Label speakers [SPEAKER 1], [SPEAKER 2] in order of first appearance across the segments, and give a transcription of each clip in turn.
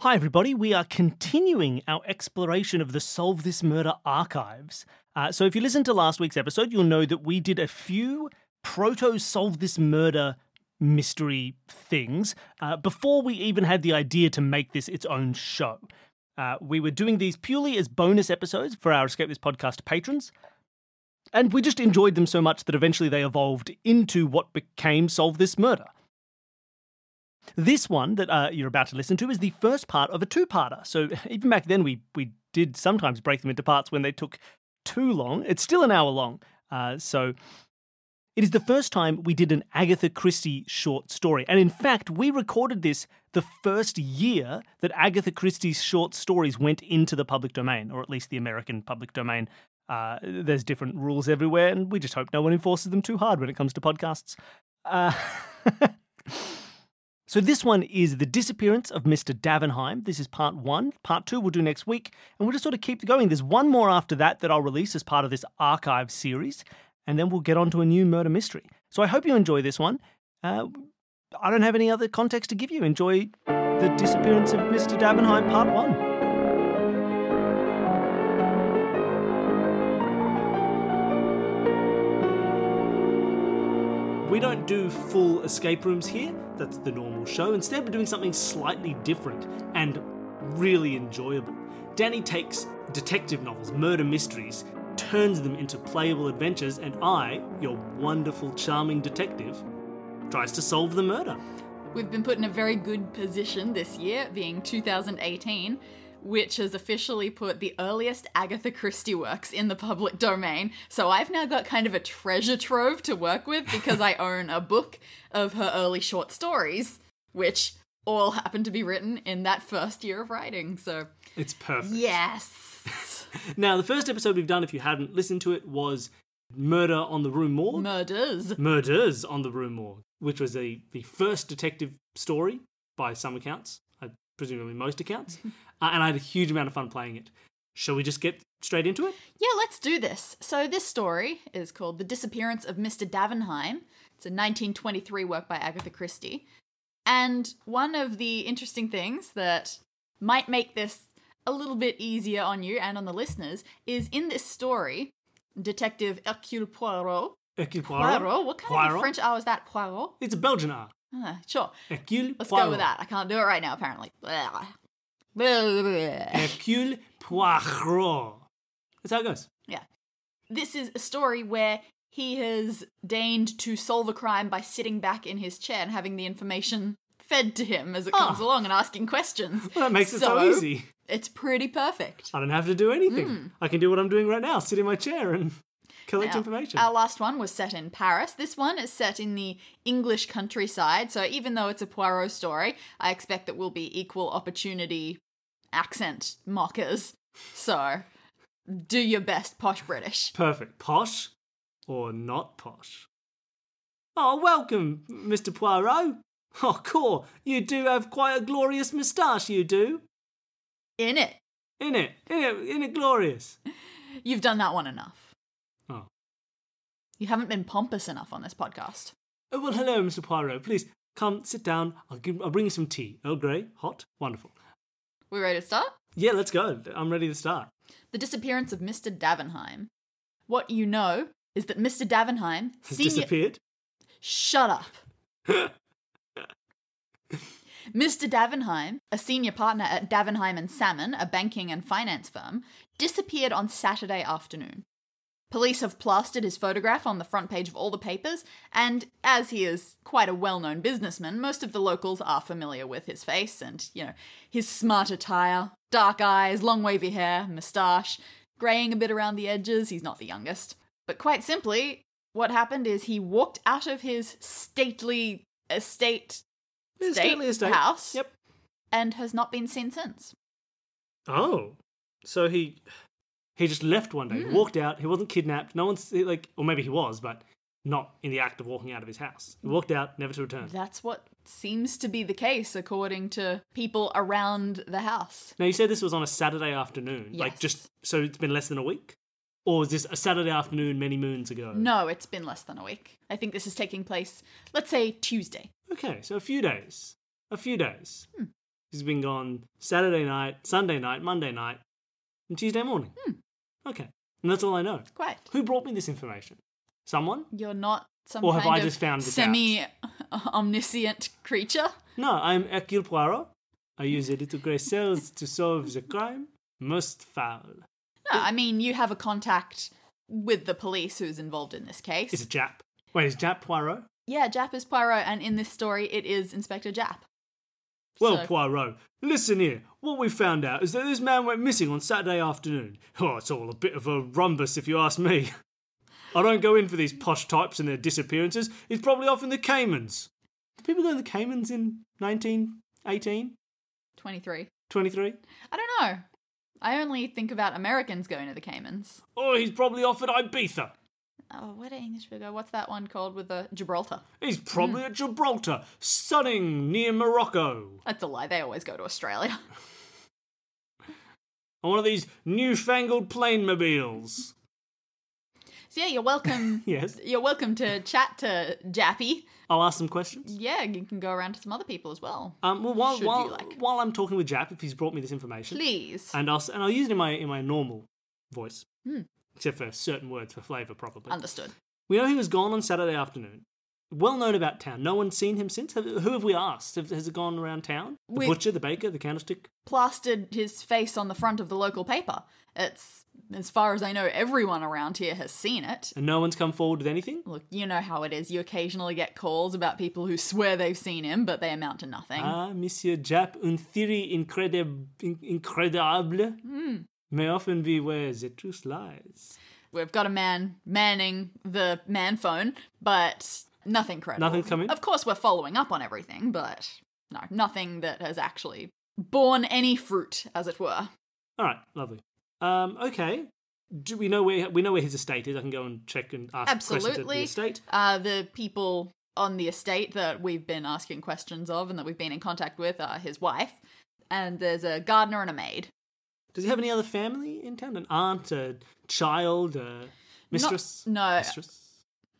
[SPEAKER 1] Hi, everybody. We are continuing our exploration of the Solve This Murder archives. Uh, so, if you listened to last week's episode, you'll know that we did a few proto Solve This Murder mystery things uh, before we even had the idea to make this its own show. Uh, we were doing these purely as bonus episodes for our Escape This Podcast patrons. And we just enjoyed them so much that eventually they evolved into what became Solve This Murder. This one that uh, you're about to listen to is the first part of a two-parter. So even back then, we we did sometimes break them into parts when they took too long. It's still an hour long. Uh, so it is the first time we did an Agatha Christie short story, and in fact, we recorded this the first year that Agatha Christie's short stories went into the public domain, or at least the American public domain. Uh, there's different rules everywhere, and we just hope no one enforces them too hard when it comes to podcasts. Uh, So this one is the disappearance of Mr. Davenheim. This is part one. Part two we'll do next week, and we'll just sort of keep going. There's one more after that that I'll release as part of this archive series, and then we'll get on to a new murder mystery. So I hope you enjoy this one. Uh, I don't have any other context to give you. Enjoy the disappearance of Mr. Davenheim, part one. We don't do full escape rooms here. That's the normal show. Instead, we're doing something slightly different and really enjoyable. Danny takes detective novels, murder mysteries, turns them into playable adventures, and I, your wonderful, charming detective, tries to solve the murder.
[SPEAKER 2] We've been put in a very good position this year, being 2018, which has officially put the earliest Agatha Christie works in the public domain. So I've now got kind of a treasure trove to work with because I own a book of her early short stories, which all happened to be written in that first year of writing. So,
[SPEAKER 1] It's perfect.
[SPEAKER 2] yes.
[SPEAKER 1] Now, the first episode we've done, if you hadn't listened to it, was Murder on the Rue Morgue.
[SPEAKER 2] Murders.
[SPEAKER 1] Murders on the Rue Morgue, which was a, the first detective story by some accounts, uh, presumably most accounts, uh, and I had a huge amount of fun playing it. Shall we just get straight into it?
[SPEAKER 2] Yeah, let's do this. So, this story is called The Disappearance of Mr. Davenheim. It's a 1923 work by Agatha Christie. And one of the interesting things that might make this a little bit easier on you and on the listeners is in this story, Detective Hercule Poirot.
[SPEAKER 1] Hercule Poirot.
[SPEAKER 2] Poirot? What kind of
[SPEAKER 1] Poirot?
[SPEAKER 2] a French R is that? Poirot?
[SPEAKER 1] It's a Belgian R.
[SPEAKER 2] Ah, sure.
[SPEAKER 1] Hercule
[SPEAKER 2] Let's
[SPEAKER 1] Poirot.
[SPEAKER 2] go with that. I can't do it right now, apparently. Blah. Blah, blah.
[SPEAKER 1] Hercule Poirot. That's how it goes.
[SPEAKER 2] this is a story where he has deigned to solve a crime by sitting back in his chair and having the information fed to him as it comes
[SPEAKER 1] Ah.
[SPEAKER 2] along and asking questions.
[SPEAKER 1] Well, that makes it so easy.
[SPEAKER 2] It's pretty perfect.
[SPEAKER 1] I don't have to do anything. I can do what I'm doing right now sit in my chair and collect
[SPEAKER 2] Hmm. Now,
[SPEAKER 1] information.
[SPEAKER 2] Our last one was set in Paris. This one is set in the English countryside. So even though it's a Poirot story, I expect that we'll be equal opportunity accent mockers. So do your best, posh British.
[SPEAKER 1] Perfect. Posh or not posh? Oh, welcome, Mr. Poirot. Oh, cool. You do have quite a glorious moustache, you do.
[SPEAKER 2] In it.
[SPEAKER 1] In it, in it, in it, glorious. Uh,
[SPEAKER 2] You've done that one enough.
[SPEAKER 1] Oh.
[SPEAKER 2] You haven't been pompous enough on this podcast.
[SPEAKER 1] oh well, hello, Mr. Poirot. Please come sit down. I'll, give, I'll bring you some tea. Earl Grey, hot, wonderful.
[SPEAKER 2] We ready to start?
[SPEAKER 1] Yeah, let's go. I'm ready to start.
[SPEAKER 2] The disappearance of Mr. Davenheim. What you know is that Mr. Davenheim
[SPEAKER 1] Has
[SPEAKER 2] senior
[SPEAKER 1] disappeared.
[SPEAKER 2] Shut up. Mr. Davenheim, a senior partner at Davenheim and Salmon, a banking and finance firm, disappeared on Saturday afternoon. Police have plastered his photograph on the front page of all the papers, and as he is quite a well known businessman, most of the locals are familiar with his face and, you know, his smart attire, dark eyes, long wavy hair, moustache, greying a bit around the edges. He's not the youngest. But quite simply, what happened is he walked out of his stately estate
[SPEAKER 1] It's
[SPEAKER 2] State
[SPEAKER 1] stately estate.
[SPEAKER 2] house.
[SPEAKER 1] Yep.
[SPEAKER 2] and has not been seen since.
[SPEAKER 1] Oh, so he he just left one day.
[SPEAKER 2] Hmm.
[SPEAKER 1] He walked out. He wasn't kidnapped. No one's he, like, or maybe he was, but not in the act of walking out of his house. He walked out, never to return.
[SPEAKER 2] That's what seems to be the case, according to people around the house.
[SPEAKER 1] Now you said this was on a Saturday afternoon, like
[SPEAKER 2] Yes.
[SPEAKER 1] just so it's been less than a week, or was this a Saturday afternoon many moons ago?
[SPEAKER 2] No, it's been less than a week. I think this is taking place, let's say, Tuesday. Hmm.
[SPEAKER 1] Okay, so a few days, a few days. She's been gone Saturday night, Sunday night, Monday night, and Tuesday morning.
[SPEAKER 2] Hmm.
[SPEAKER 1] Okay. And that's all I know.
[SPEAKER 2] Quite.
[SPEAKER 1] Who brought me this information? Someone?
[SPEAKER 2] You're not some
[SPEAKER 1] Or have
[SPEAKER 2] kind
[SPEAKER 1] I
[SPEAKER 2] of
[SPEAKER 1] just found this out?
[SPEAKER 2] semi uh, omniscient creature.
[SPEAKER 1] No, I'm Hercule Poirot. I use the little grey cells to solve the crime. Most foul.
[SPEAKER 2] No, I mean you have a contact with the police who's involved in this case.
[SPEAKER 1] It's a Jap. Wait, is Jap Poirot?
[SPEAKER 2] yeah, Jap is Poirot, and in this story, it is Inspector Jap.
[SPEAKER 1] Well,
[SPEAKER 2] So-
[SPEAKER 1] Poirot, listen here. What we found out is that this man went missing on Saturday afternoon. Oh, it's all a bit of a rhombus, if you ask me. I don't go in for these posh types and their disappearances. It's probably off in the Caymans. Did people go to the Caymans in 1918,
[SPEAKER 2] 23.
[SPEAKER 1] 23?
[SPEAKER 2] I don't know. I only think about Americans going to the Caymans.
[SPEAKER 1] Oh, he's probably off at Ibiza.
[SPEAKER 2] Oh, where do English people go? What's that one called with the Gibraltar?
[SPEAKER 1] He's probably at Gibraltar, sunning near Morocco.
[SPEAKER 2] That's a lie. They always go to Australia.
[SPEAKER 1] On one of these newfangled plane mobiles.
[SPEAKER 2] So yeah, you're welcome.
[SPEAKER 1] Yes.
[SPEAKER 2] You're welcome to chat to Jappy.
[SPEAKER 1] I'll ask some questions.
[SPEAKER 2] Yeah, you can go around to some other people as well.
[SPEAKER 1] Um, well, while,
[SPEAKER 2] Should you
[SPEAKER 1] while,
[SPEAKER 2] like.
[SPEAKER 1] while I'm talking with Jap, if he's brought me this information,
[SPEAKER 2] Please.
[SPEAKER 1] and I'll s- and I'll use it in my in my normal voice,
[SPEAKER 2] Hmm.
[SPEAKER 1] except for certain words for flavour, probably.
[SPEAKER 2] Understood.
[SPEAKER 1] we know he was gone on Saturday afternoon. Well known about town. No one's seen him since. Have, who have we asked? Have, has it gone around town? The
[SPEAKER 2] We-
[SPEAKER 1] butcher, the baker, the candlestick.
[SPEAKER 2] Plastered his face on the front of the local paper. It's, as far as I know, everyone around here has seen it.
[SPEAKER 1] And no one's come forward with anything.
[SPEAKER 2] Look, you know how it is. You occasionally get calls about people who swear they've seen him, but they amount to nothing.
[SPEAKER 1] Ah, Monsieur Jap, une theory incredib- in- incredible
[SPEAKER 2] Hmm.
[SPEAKER 1] may often be where the truth lies.
[SPEAKER 2] We've got a man manning the man phone, but nothing credible.
[SPEAKER 1] Nothing's come in?
[SPEAKER 2] Of course, we're following up on everything, but no, nothing that has actually borne any fruit, as it were.
[SPEAKER 1] All right, lovely. Um, okay. Do we know where we know where his estate is? I can go and check and ask questions at the
[SPEAKER 2] Absolutely.
[SPEAKER 1] estate.
[SPEAKER 2] Uh, the people on the estate that we've been asking questions of and that we've been in contact with are his wife, and there's a gardener and a maid.
[SPEAKER 1] Does he have any other family in town? An aunt, a child, a mistress?
[SPEAKER 2] no.
[SPEAKER 1] Mistress?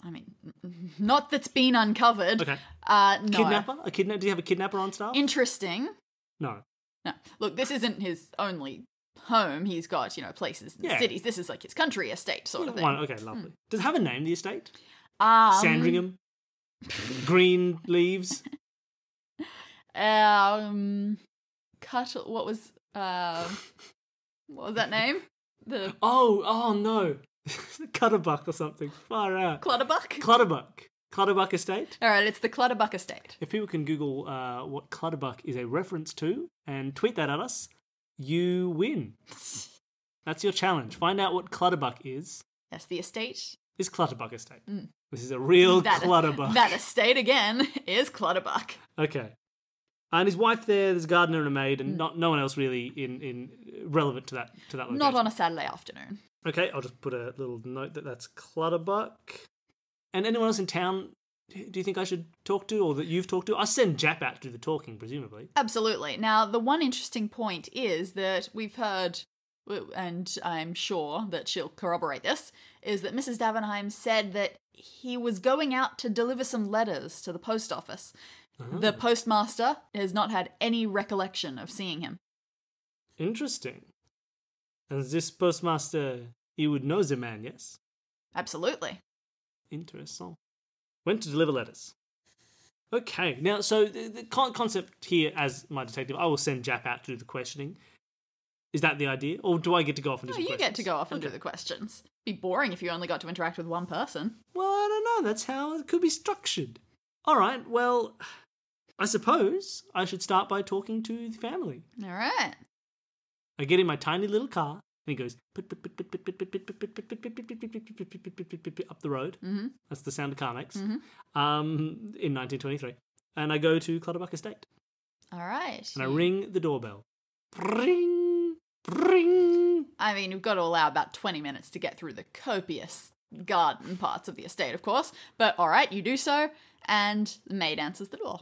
[SPEAKER 2] I mean, not that's been uncovered.
[SPEAKER 1] Okay.
[SPEAKER 2] Uh, no.
[SPEAKER 1] Kidnapper? A kidna- Do you have a kidnapper on staff?
[SPEAKER 2] Interesting.
[SPEAKER 1] no.
[SPEAKER 2] No, look, this isn't his only home. He's got you know places in
[SPEAKER 1] Yeah.
[SPEAKER 2] the cities. This is like his country estate sort of thing. Hmm.
[SPEAKER 1] One. Okay, lovely. Does it have a name, the estate?
[SPEAKER 2] Um,
[SPEAKER 1] Sandringham? Green leaves?
[SPEAKER 2] Um, cut. What was uh, what was that name? The
[SPEAKER 1] Oh, oh no. Clutterbuck or something. Far out.
[SPEAKER 2] Clutterbuck.
[SPEAKER 1] Clutterbuck. Clutterbuck Estate?
[SPEAKER 2] All right, it's the Clutterbuck estate.
[SPEAKER 1] If people can Google uh, what Clutterbuck is a reference to and tweet that at us, you win. That's your challenge. Find out what Clutterbuck is.
[SPEAKER 2] Yes, the estate.
[SPEAKER 1] Is Clutterbuck estate? This is a real
[SPEAKER 2] Mm. That-
[SPEAKER 1] Clutterbuck.
[SPEAKER 2] That estate again is Clutterbuck.
[SPEAKER 1] okay. And his wife there, there's a gardener and a maid,
[SPEAKER 2] Mm.
[SPEAKER 1] and not no one else really in, in relevant to that to that location.
[SPEAKER 2] Not on a Saturday afternoon.
[SPEAKER 1] okay, I'll just put a little note that that's Clutterbuck. And anyone else in town?
[SPEAKER 2] Mm.
[SPEAKER 1] Do you think I should talk to, or that you've talked to? I send Jap out to do the talking, presumably.
[SPEAKER 2] Absolutely. Now, the one interesting point is that we've heard, and I'm sure that she'll corroborate this, is that Mrs. Davenheim said that he was going out to deliver some letters to the post office.
[SPEAKER 1] Uh-huh. Hmm.
[SPEAKER 2] The postmaster has not had any recollection of seeing him.
[SPEAKER 1] Interesting. And this postmaster, he would know the man, yes?
[SPEAKER 2] Absolutely.
[SPEAKER 1] Interesting. Went to deliver letters. Okay, now, so the, the con- concept here as my detective, I will send Jap out to do the questioning. Is that the idea? Or do I get to go off and do
[SPEAKER 2] No,
[SPEAKER 1] some
[SPEAKER 2] Oh, you get to
[SPEAKER 1] questions?
[SPEAKER 2] go off and do
[SPEAKER 1] Okay.
[SPEAKER 2] the questions. Be boring if you only got to interact with one person.
[SPEAKER 1] Well, I don't know. That's how it could be structured. All right, well, I suppose I should start by talking to the family.
[SPEAKER 2] All right.
[SPEAKER 1] I get in my tiny little car, and he goes up the road.
[SPEAKER 2] Mm-hmm.
[SPEAKER 1] That's the sound a car makes.
[SPEAKER 2] Mhm.
[SPEAKER 1] Um, in 1923, and I go to Clutterbuck Estate,
[SPEAKER 2] All right.
[SPEAKER 1] and I ring the doorbell. Ring, ring.
[SPEAKER 2] I mean, you've got to allow about 20 minutes to get through the copious garden parts of the estate, of course, but all right, you do so, and the maid answers the door.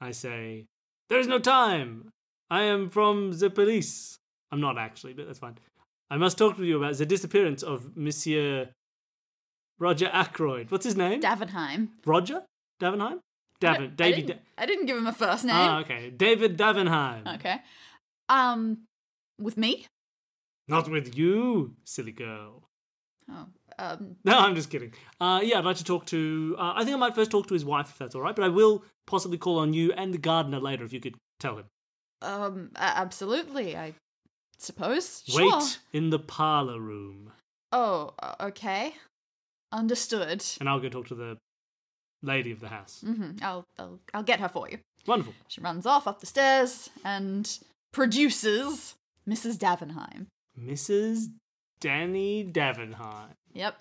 [SPEAKER 1] I say, "There is no time. I am from the police. I'm not actually, but that's fine. I must talk to you about the disappearance of Monsieur Roger Ackroyd. What's his name?
[SPEAKER 2] Davenheim.
[SPEAKER 1] Roger Davenheim.
[SPEAKER 2] I
[SPEAKER 1] Davin, Davy. Da-
[SPEAKER 2] didn't, I didn't give him a first name.
[SPEAKER 1] ah, okay. David Davenheim.
[SPEAKER 2] okay. Um, with me?
[SPEAKER 1] Not with you, silly girl.
[SPEAKER 2] Oh, um,
[SPEAKER 1] No, I'm just kidding. Uh, yeah, I'd like to talk to. Uh, I think I might first talk to his wife if that's all right, but I will possibly call on you and the gardener later if you could tell him.
[SPEAKER 2] um, a- absolutely. I suppose. Sure.
[SPEAKER 1] Wait in the parlor room,
[SPEAKER 2] Oh, o- okay. Understood.
[SPEAKER 1] and I'll go talk to the lady of the house.
[SPEAKER 2] hmm I'll, I'll, I'll get her for you.
[SPEAKER 1] Wonderful.
[SPEAKER 2] She runs off up the stairs and produces Mrs. Davenheim.
[SPEAKER 1] Mrs. Danny Davenheim.
[SPEAKER 2] Yep.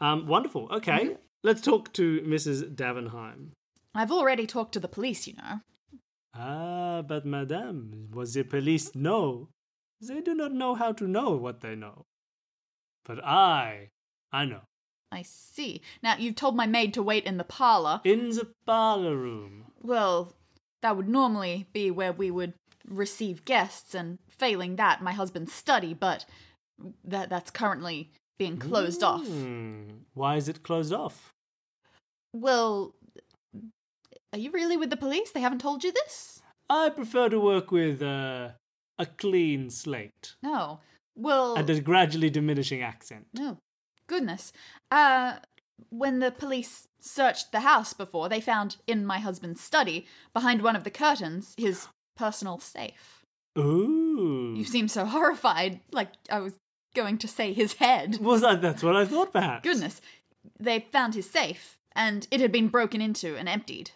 [SPEAKER 1] Um, wonderful. Okay.
[SPEAKER 2] Mm-hmm.
[SPEAKER 1] Let's talk to Mrs. Davenheim.
[SPEAKER 2] I've already talked to the police, you know.
[SPEAKER 1] Ah, but madame, was the police know? They do not know how to know what they know. But I, I know.
[SPEAKER 2] I see. Now, you've told my maid to wait in the parlor.
[SPEAKER 1] In the parlor room.
[SPEAKER 2] Well, that would normally be where we would receive guests, and failing that, my husband's study, but that that's currently being closed off.
[SPEAKER 1] Hmm, Why is it closed off?
[SPEAKER 2] Well, are you really with the police? They haven't told you this?
[SPEAKER 1] I prefer to work with uh, a clean slate
[SPEAKER 2] No. Well,
[SPEAKER 1] and a gradually diminishing accent.
[SPEAKER 2] No. Oh, Goodness. Uh when the police searched the house before, they found in my husband's study, behind one of the curtains, his personal safe.
[SPEAKER 1] Ooh.
[SPEAKER 2] You seem so horrified, like I was going to say his head.
[SPEAKER 1] Was that? That's what I thought, perhaps.
[SPEAKER 2] Goodness. They found his safe, and it had been broken into and emptied.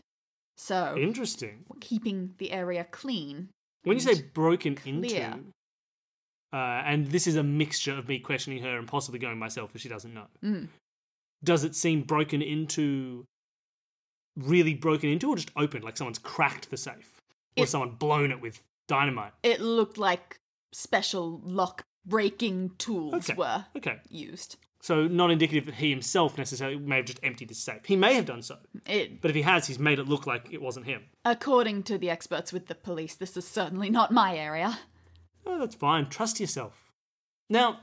[SPEAKER 2] So,
[SPEAKER 1] Interesting.
[SPEAKER 2] keeping the area clean.
[SPEAKER 1] When you say broken
[SPEAKER 2] clear.
[SPEAKER 1] into, uh, and this is a mixture of me questioning her and possibly going myself if she doesn't know,
[SPEAKER 2] Mm.
[SPEAKER 1] does it seem broken into, really broken into, or just open, like someone's cracked the safe? Or
[SPEAKER 2] It-
[SPEAKER 1] someone blown it with dynamite?
[SPEAKER 2] It looked like special lock breaking tools
[SPEAKER 1] Okay.
[SPEAKER 2] were
[SPEAKER 1] Okay.
[SPEAKER 2] used.
[SPEAKER 1] So, not indicative that he himself necessarily may have just emptied the safe. He may have done so,
[SPEAKER 2] It
[SPEAKER 1] but if he has, he's made it look like it wasn't him.
[SPEAKER 2] According to the experts with the police, this is certainly not my area.
[SPEAKER 1] Oh, that's fine. Trust yourself. Now,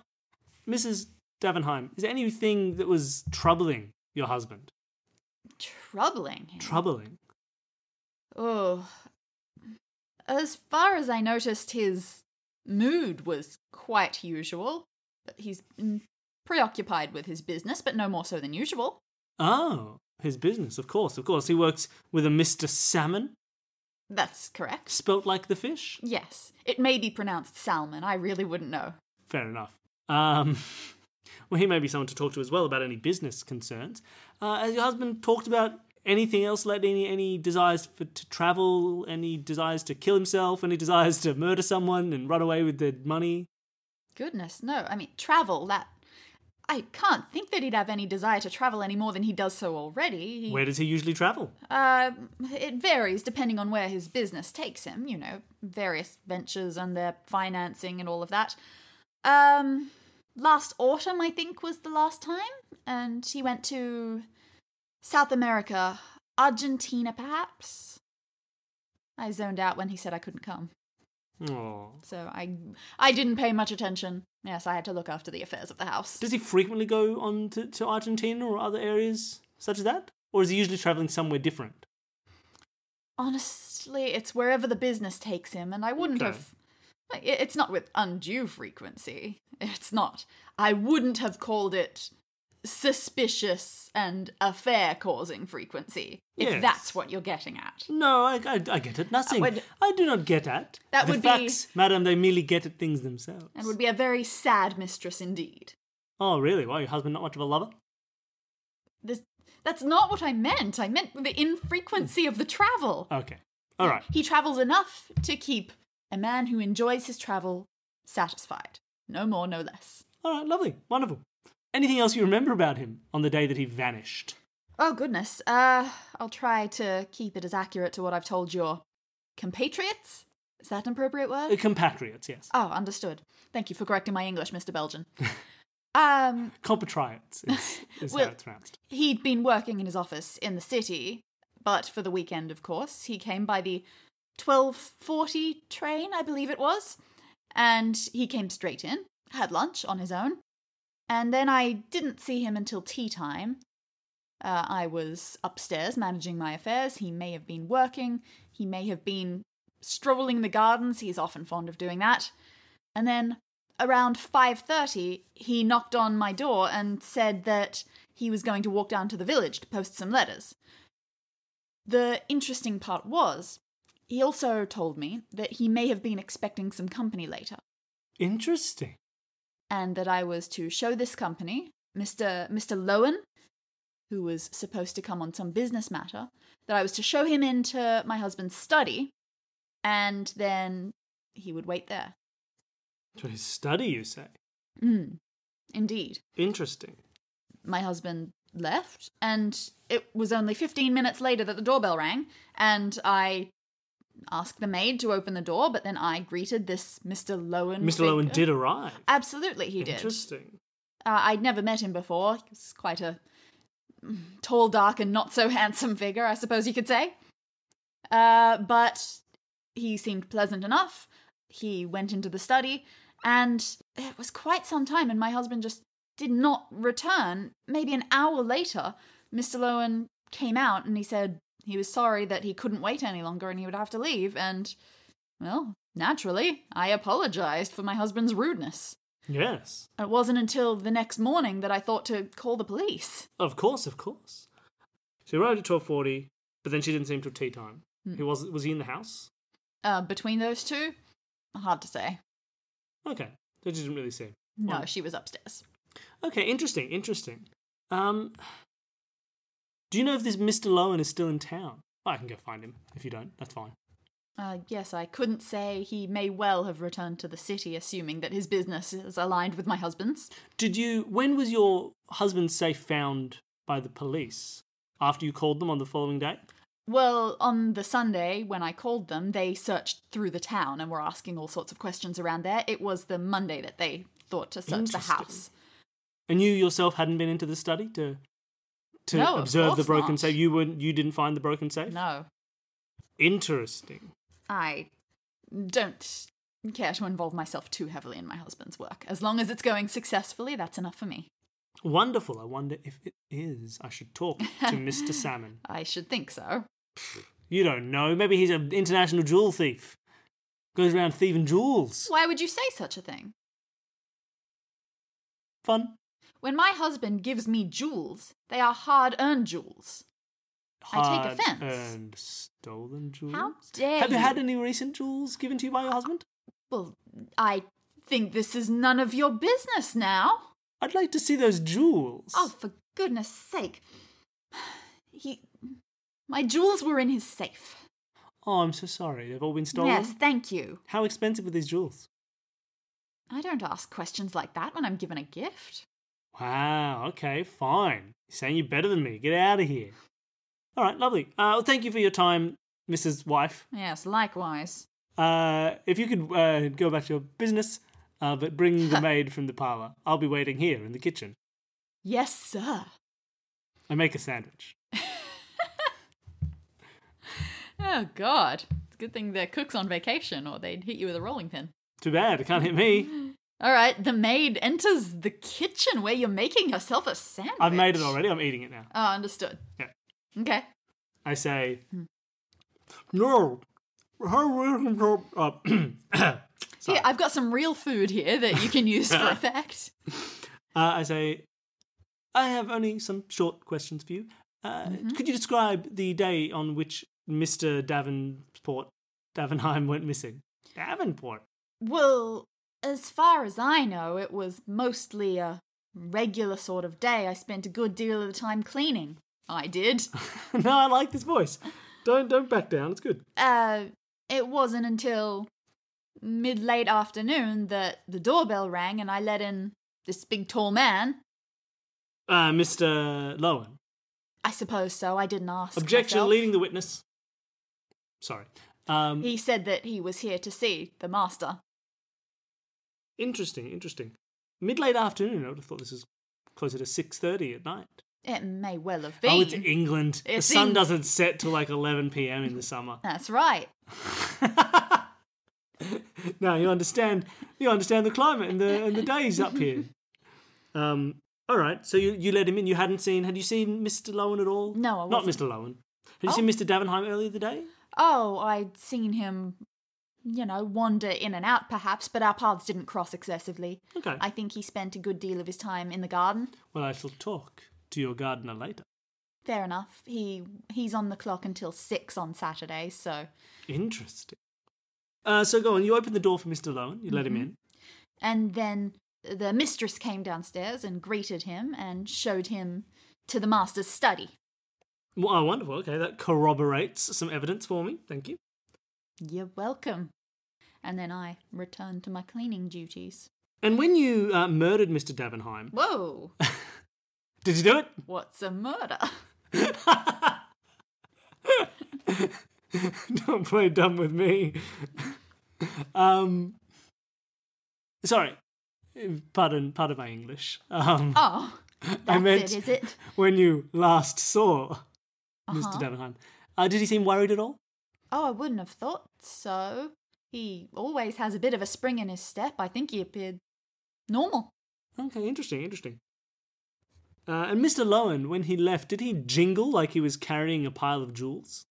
[SPEAKER 1] Mrs. Davenheim, is there anything that was troubling your husband?
[SPEAKER 2] Troubling. him.
[SPEAKER 1] Troubling?
[SPEAKER 2] oh. As far as I noticed, his mood was quite usual. He's mm, preoccupied with his business, but no more so than usual.
[SPEAKER 1] Oh, his business, of course, of course. He works with a Mr. Salmon,
[SPEAKER 2] That's correct.
[SPEAKER 1] spelt like the fish.
[SPEAKER 2] Yes, it may be pronounced salmon. I really wouldn't know.
[SPEAKER 1] Fair enough. Um, well, he may be someone to talk to as well about any business concerns. Uh, has your husband talked about anything else lately? Any, any desires for, to travel? Any desires to kill himself? Any desires to murder someone and run away with their money?
[SPEAKER 2] Goodness, no. I mean, travel, that. I can't think that he'd have any desire to travel any more than he does so already. He-
[SPEAKER 1] Where does he usually travel?
[SPEAKER 2] Uh, it varies depending on where his business takes him, you know, various ventures and their financing and all of that. Um, last autumn, I think, was the last time, and he went to South America, Argentina, perhaps. I zoned out when he said I couldn't come,
[SPEAKER 1] Oh.
[SPEAKER 2] so I I didn't pay much attention. Yes, I had to look after the affairs of the house.
[SPEAKER 1] Does he frequently go on to, to Argentina or other areas such as that? Or is he usually travelling somewhere different?
[SPEAKER 2] Honestly, it's wherever the business takes him, and I wouldn't
[SPEAKER 1] Okay.
[SPEAKER 2] have. like, it- It's not with undue frequency. It's not. I wouldn't have called it suspicious and affair causing frequency, if
[SPEAKER 1] Yes.
[SPEAKER 2] that's what you're getting at.
[SPEAKER 1] No, I, I, I get at nothing.
[SPEAKER 2] would-
[SPEAKER 1] I do not get at.
[SPEAKER 2] That
[SPEAKER 1] the
[SPEAKER 2] would be-
[SPEAKER 1] facts, madam, they merely get at things themselves.
[SPEAKER 2] And would be a very sad mistress indeed.
[SPEAKER 1] Oh, really? Why, your husband not much of a lover?
[SPEAKER 2] This, that's not what I meant. I meant the infrequency of the travel.
[SPEAKER 1] Okay. All right.
[SPEAKER 2] He travels enough to keep a man who enjoys his travel satisfied. No more, no less.
[SPEAKER 1] All right, lovely. Wonderful. Anything else you remember about him on the day that he vanished?
[SPEAKER 2] Oh goodness. Uh, I'll try to keep it as accurate to what I've told your compatriots. Is that an appropriate
[SPEAKER 1] Uh,
[SPEAKER 2] word?
[SPEAKER 1] compatriots, yes.
[SPEAKER 2] Oh, understood. Thank you for correcting my English, Mr. Belgian. um,
[SPEAKER 1] Compatriots is, is
[SPEAKER 2] Well-
[SPEAKER 1] how it's pronounced.
[SPEAKER 2] he'd been working in his office in the city, but for the weekend, of course, he came by the 12:40 train, I believe it was, and he came straight in, had lunch on his own, and then I didn't see him until tea time. Uh, I was upstairs managing my affairs. He may have been working. He may have been strolling the gardens. He's often fond of doing that. And then around 5:30, he knocked on my door and said that he was going to walk down to the village to post some letters. The interesting part was, he also told me that he may have been expecting some company later
[SPEAKER 1] Interesting.
[SPEAKER 2] and that I was to show this company, Mr. Mr. Lowen, who was supposed to come on some business matter, that I was to show him into my husband's study, and then he would wait there.
[SPEAKER 1] To his study, you say?
[SPEAKER 2] Mm, indeed,
[SPEAKER 1] Interesting.
[SPEAKER 2] my husband left, and it was only fifteen minutes later that the doorbell rang, and I asked the maid to open the door, but then I greeted this Mr. Lowen.
[SPEAKER 1] Mr. Lowen
[SPEAKER 2] figure.
[SPEAKER 1] did arrive.
[SPEAKER 2] Absolutely, he did.
[SPEAKER 1] Interesting.
[SPEAKER 2] Uh, I'd never met him before. He was quite a mm, tall, dark, and not so handsome figure, I suppose you could say. Uh, but he seemed pleasant enough. He went into the study, and it was quite some time, and my husband just did not return. Maybe an hour later, Mr. Lowen came out and he said he was sorry that he couldn't wait any longer and he would have to leave. And, well, naturally, I apologized for my husband's rudeness.
[SPEAKER 1] Yes.
[SPEAKER 2] It wasn't until the next morning that I thought to call the police.
[SPEAKER 1] Of course, of course. She arrived at twelve forty, but then she didn't see him till tea time.
[SPEAKER 2] Hmm.
[SPEAKER 1] He was was he in the house?
[SPEAKER 2] Uh, between those two, hard to say.
[SPEAKER 1] Okay. So she didn't really see him.
[SPEAKER 2] No,
[SPEAKER 1] Oh.
[SPEAKER 2] she was upstairs.
[SPEAKER 1] Okay, interesting, interesting. Um Do you know if this Mr. Lowen is still in town? I can go find him. If you don't, that's fine.
[SPEAKER 2] Uh, yes, I couldn't say he may well have returned to the city, assuming that his business is aligned with my husband's.
[SPEAKER 1] Did you when was your husband's safe found by the police? After you called them on the following day?
[SPEAKER 2] Well, on the Sunday when I called them, they searched through the town and were asking all sorts of questions around there. It was the Monday that they thought to search the
[SPEAKER 1] Interesting.
[SPEAKER 2] house.
[SPEAKER 1] And you yourself hadn't been into the study to to
[SPEAKER 2] No, of
[SPEAKER 1] observe the
[SPEAKER 2] course
[SPEAKER 1] broken
[SPEAKER 2] not.
[SPEAKER 1] safe. You weren't you didn't find the broken safe?
[SPEAKER 2] No,
[SPEAKER 1] Interesting.
[SPEAKER 2] I don't care to involve myself too heavily in my husband's work. As long as it's going successfully, that's enough for me.
[SPEAKER 1] Wonderful. I wonder if it is. I should talk to Mr. Salmon.
[SPEAKER 2] I should think so.
[SPEAKER 1] You don't know. Maybe he's an international jewel thief. Goes around thieving jewels.
[SPEAKER 2] Why would you say such a thing?
[SPEAKER 1] Fun.
[SPEAKER 2] When my husband gives me jewels, they are hard earned jewels. I take offense.
[SPEAKER 1] Hard-earned stolen jewels.
[SPEAKER 2] How dare
[SPEAKER 1] Have you
[SPEAKER 2] you.
[SPEAKER 1] had any recent jewels given to you by your husband?
[SPEAKER 2] Well, I think this is none of your business now.
[SPEAKER 1] I'd like to see those jewels.
[SPEAKER 2] Oh, for goodness sake. He. My jewels were in his safe.
[SPEAKER 1] Oh, I'm so sorry. They've all been stolen.
[SPEAKER 2] Yes, thank you.
[SPEAKER 1] How expensive were these jewels?
[SPEAKER 2] I don't ask questions like that when I'm given a gift.
[SPEAKER 1] Wow. Okay. Fine. You're saying you're better than me. Get out of here. All right. Lovely. Uh, well, thank you for your time, Mrs. Wife.
[SPEAKER 2] Yes, likewise.
[SPEAKER 1] Uh, if you could uh, go back to your business, uh, but bring the maid from the parlor. I'll be waiting here in the kitchen.
[SPEAKER 2] Yes, sir.
[SPEAKER 1] I make a sandwich.
[SPEAKER 2] Oh, God. It's a good thing their cook's on vacation or they'd hit you with a rolling pin.
[SPEAKER 1] Too bad it can't hit me.
[SPEAKER 2] All right, the maid enters the kitchen where you're making yourself a sandwich.
[SPEAKER 1] I've made it already. I'm eating it now.
[SPEAKER 2] Oh, understood.
[SPEAKER 1] Yeah.
[SPEAKER 2] Okay.
[SPEAKER 1] I say, no. Uh,
[SPEAKER 2] Here, I've got some real food here that you can use for effect.
[SPEAKER 1] Uh, I say, I have only some short questions for you. Uh, Could you describe the day on which Mr. Davenport, Davenheim went missing? Davenport?
[SPEAKER 2] Well, as far as I know, it was mostly a regular sort of day. I spent a good deal of the time cleaning. I did.
[SPEAKER 1] no, I like this voice. Don't don't back down. It's good.
[SPEAKER 2] Uh, it wasn't until mid late afternoon that the doorbell rang and I let in this big tall man.
[SPEAKER 1] Uh, Mr. Lowen.
[SPEAKER 2] I suppose so. I didn't ask.
[SPEAKER 1] Objection,
[SPEAKER 2] myself.
[SPEAKER 1] leading the witness. Sorry. Um,
[SPEAKER 2] He said that he was here to see the master.
[SPEAKER 1] interesting, interesting. Mid late afternoon. I would have thought this was closer to six thirty at night.
[SPEAKER 2] It may well have
[SPEAKER 1] Oh,
[SPEAKER 2] been.
[SPEAKER 1] it's England. the
[SPEAKER 2] It's
[SPEAKER 1] sun
[SPEAKER 2] Eng-
[SPEAKER 1] doesn't set till like eleven p.m. in the summer.
[SPEAKER 2] That's right.
[SPEAKER 1] now you understand. You understand the climate and the and the days up here. Um, All right. So you, you let him in. You hadn't seen. Had you seen Mr. Lowen at all?
[SPEAKER 2] No, I
[SPEAKER 1] Not
[SPEAKER 2] wasn't.
[SPEAKER 1] Mr. Lowen. Had you seen Mr. Davenheim earlier in the day?
[SPEAKER 2] Oh, I'd seen him, you know, wander in and out perhaps, but our paths didn't cross excessively.
[SPEAKER 1] Okay.
[SPEAKER 2] I think he spent a good deal of his time in the garden.
[SPEAKER 1] Well, I shall talk to your gardener later.
[SPEAKER 2] Fair enough. He he's on the clock until six on Saturday, so
[SPEAKER 1] Interesting. Uh, so go on. You open the door for Mr. Lowen. You let
[SPEAKER 2] Mm-hmm.
[SPEAKER 1] him in.
[SPEAKER 2] and then the mistress came downstairs and greeted him and showed him to the master's study.
[SPEAKER 1] Well, oh, wonderful. Okay, that corroborates some evidence for me. Thank you.
[SPEAKER 2] You're welcome. And then I returned to my cleaning duties.
[SPEAKER 1] And when you uh, murdered Mr. Davenheim,
[SPEAKER 2] Whoa!
[SPEAKER 1] did you do it?
[SPEAKER 2] What's a murder?
[SPEAKER 1] Don't play dumb with me. um, sorry. Pardon, pardon my English. Um,
[SPEAKER 2] Oh, that's
[SPEAKER 1] meant-
[SPEAKER 2] it, is it?
[SPEAKER 1] When you last saw
[SPEAKER 2] Uh-huh.
[SPEAKER 1] Mr. Davenheim, uh, did he seem worried at all?
[SPEAKER 2] Oh, I wouldn't have thought so. He always has a bit of a spring in his step. I think he appeared normal.
[SPEAKER 1] Okay, interesting, interesting. Uh, and Mr. Lowen, when he left, did he jingle like he was carrying a pile of jewels?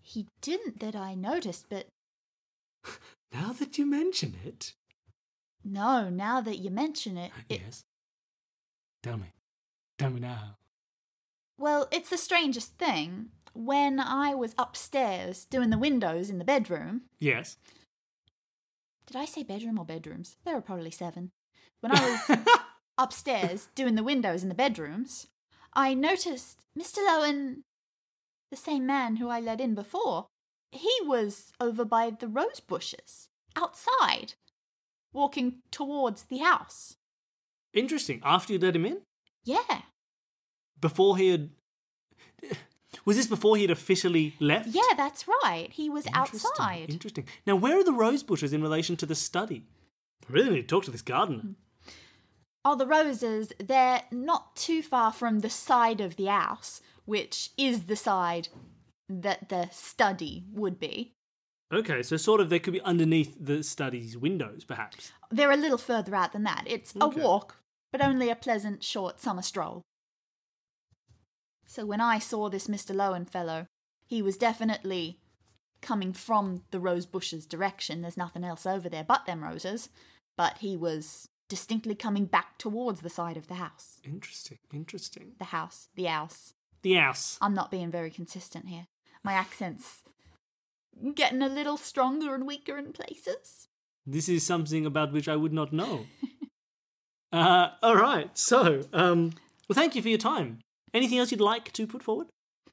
[SPEAKER 2] He didn't that I noticed, but
[SPEAKER 1] Now that you mention it,
[SPEAKER 2] no, now that you mention it, it
[SPEAKER 1] yes. Tell me, tell me now.
[SPEAKER 2] well, it's the strangest thing. When I was upstairs doing the windows in the bedroom,
[SPEAKER 1] Yes.
[SPEAKER 2] did I say bedroom or bedrooms? There were probably seven. When I was upstairs doing the windows in the bedrooms, I noticed Mr. Lowen, the same man who I let in before, he was over by the rose bushes outside, walking towards the house.
[SPEAKER 1] Interesting. After you let him in,
[SPEAKER 2] Yeah,
[SPEAKER 1] before he had, was this before he had officially left?
[SPEAKER 2] yeah, that's right. He was
[SPEAKER 1] Interesting,
[SPEAKER 2] outside.
[SPEAKER 1] Interesting. Now, where are the rose bushes in relation to the study? I really need to talk to this gardener.
[SPEAKER 2] Oh, the roses, they're not too far from the side of the house, which is the side that the study would be. Hmm.
[SPEAKER 1] Okay, so sort of they could be underneath the study's windows, perhaps.
[SPEAKER 2] They're a little further out than that. It's
[SPEAKER 1] Okay.
[SPEAKER 2] a walk, but only a pleasant, short summer stroll. So when I saw this Mr. Lowen fellow, he was definitely coming from the rose bushes direction. There's nothing else over there but them roses, but he was distinctly coming back towards the side of the house.
[SPEAKER 1] Interesting, interesting.
[SPEAKER 2] The house, the house.
[SPEAKER 1] The house.
[SPEAKER 2] I'm not being very consistent here. My accent's getting a little stronger and weaker in places.
[SPEAKER 1] This is something about which I would not know. uh, all right, so, um, well, thank you for your time. Anything else you'd like to put forward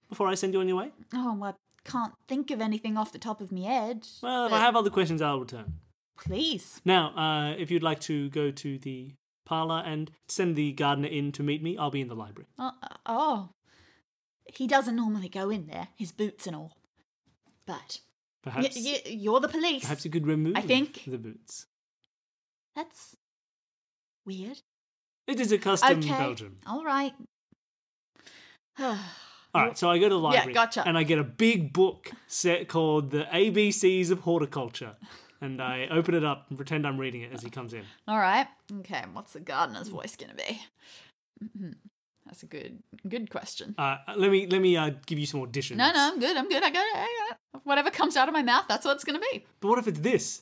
[SPEAKER 1] before I send you on your way?
[SPEAKER 2] Oh, I can't think of anything off the top of my head.
[SPEAKER 1] Well, if
[SPEAKER 2] but
[SPEAKER 1] I have other questions, I'll return.
[SPEAKER 2] Please.
[SPEAKER 1] Now, uh, if you'd like to go to the parlour and send the gardener in to meet me, I'll be in the library.
[SPEAKER 2] Uh, uh, oh. He doesn't normally go in there, his boots and all. But y-
[SPEAKER 1] Perhaps,
[SPEAKER 2] y- you're the police.
[SPEAKER 1] perhaps you could remove
[SPEAKER 2] I think-
[SPEAKER 1] the boots.
[SPEAKER 2] That's weird.
[SPEAKER 1] It is a custom
[SPEAKER 2] okay.
[SPEAKER 1] in Belgium.
[SPEAKER 2] All right. Oh,
[SPEAKER 1] All right, so I go to the library.
[SPEAKER 2] gotcha.
[SPEAKER 1] And I get a big book set called The ABCs of Horticulture. And I open it up and pretend I'm reading it as he comes in.
[SPEAKER 2] all right. Hmm. Okay. What's the gardener's voice gonna be? Mm-hmm. That's a good, good question.
[SPEAKER 1] Uh, let me let me uh, give you some auditions.
[SPEAKER 2] No, no, I'm good. I'm good. I got it. I got it. Whatever comes out of my mouth, that's what it's gonna be.
[SPEAKER 1] But what if it's this?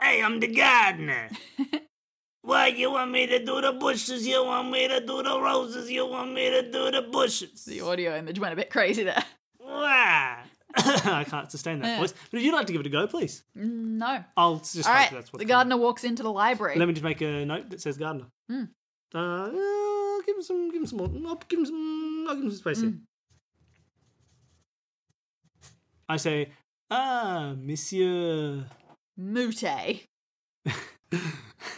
[SPEAKER 1] Hey, I'm the gardener. what you want me to do the bushes? You want me to do the roses? You want me to do the bushes?
[SPEAKER 2] The audio image went a bit crazy there.
[SPEAKER 1] Wah. I can't sustain that
[SPEAKER 2] Yeah.
[SPEAKER 1] voice. But if you'd like to give it a go, please.
[SPEAKER 2] Mm, No.
[SPEAKER 1] I'll just
[SPEAKER 2] All
[SPEAKER 1] hope
[SPEAKER 2] right.
[SPEAKER 1] that's what's
[SPEAKER 2] The
[SPEAKER 1] coming.
[SPEAKER 2] gardener walks into the library.
[SPEAKER 1] Let me just make a note that says gardener.
[SPEAKER 2] Hmm.
[SPEAKER 1] Uh, yeah, give him some. Give him some more. I'll give him some. I'll give him some space
[SPEAKER 2] Hmm.
[SPEAKER 1] here. I say, ah, Monsieur.
[SPEAKER 2] Mute.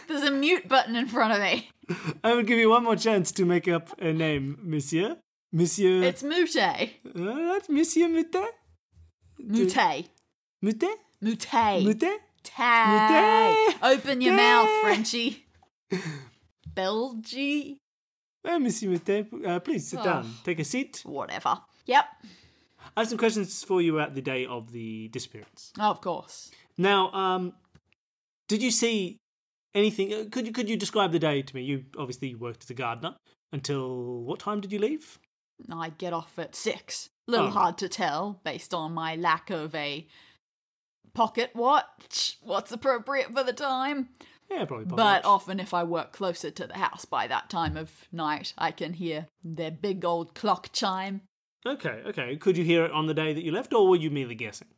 [SPEAKER 2] There's a mute button in front of me.
[SPEAKER 1] I will give you one more chance to make up a name, Monsieur. Monsieur.
[SPEAKER 2] It's mute.
[SPEAKER 1] Uh, that's Monsieur Mutet.
[SPEAKER 2] Mute.
[SPEAKER 1] Mutet.
[SPEAKER 2] Mute.
[SPEAKER 1] Mutet.
[SPEAKER 2] Tay.
[SPEAKER 1] Mute.
[SPEAKER 2] Open your
[SPEAKER 1] Tay.
[SPEAKER 2] mouth, Frenchie. Belgie.
[SPEAKER 1] Uh, Monsieur Mutet, uh, please sit
[SPEAKER 2] Oh.
[SPEAKER 1] down. Take a seat.
[SPEAKER 2] Whatever. Yep.
[SPEAKER 1] I have some questions for you about the day of the disappearance.
[SPEAKER 2] Oh, of course.
[SPEAKER 1] Now, um, did you see Anything? uh, Could you could you describe the day to me? You obviously worked as a gardener until what time did you leave?
[SPEAKER 2] I get off at six. Little
[SPEAKER 1] Oh.
[SPEAKER 2] hard to tell based on my lack of a pocket watch. What's appropriate for the time?
[SPEAKER 1] Yeah, probably. about
[SPEAKER 2] but
[SPEAKER 1] lunch.
[SPEAKER 2] often, if I work closer to the house by that time of night, I can hear their big old clock chime.
[SPEAKER 1] okay, okay. Could you hear it on the day that you left, or were you merely guessing?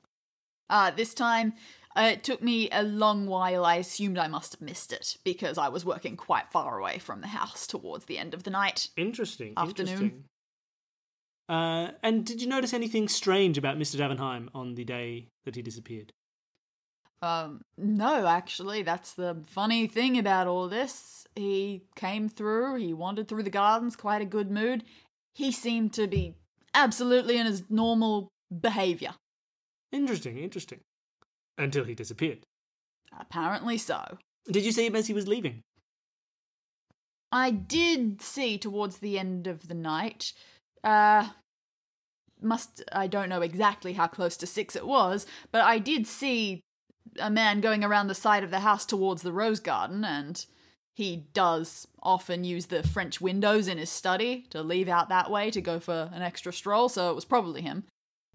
[SPEAKER 2] Uh, this time, uh, it took me a long while. I assumed I must have missed it because I was working quite far away from the house towards the end of the night.
[SPEAKER 1] Interesting.
[SPEAKER 2] Afternoon.
[SPEAKER 1] Interesting. Uh, and did you notice anything strange about Mr. Davenheim on the day that he disappeared?
[SPEAKER 2] Um, no, actually, that's the funny thing about all this. He came through, he wandered through the gardens, quite a good mood. He seemed to be absolutely in his normal behavior.
[SPEAKER 1] Interesting, interesting. Until he disappeared.
[SPEAKER 2] Apparently so.
[SPEAKER 1] Did you see him as he was leaving?
[SPEAKER 2] I did see towards the end of the night, uh, must, I don't know exactly how close to six it was, but I did see a man going around the side of the house towards the rose garden, and he does often use the French windows in his study to leave out that way to go for an extra stroll, so it was probably him.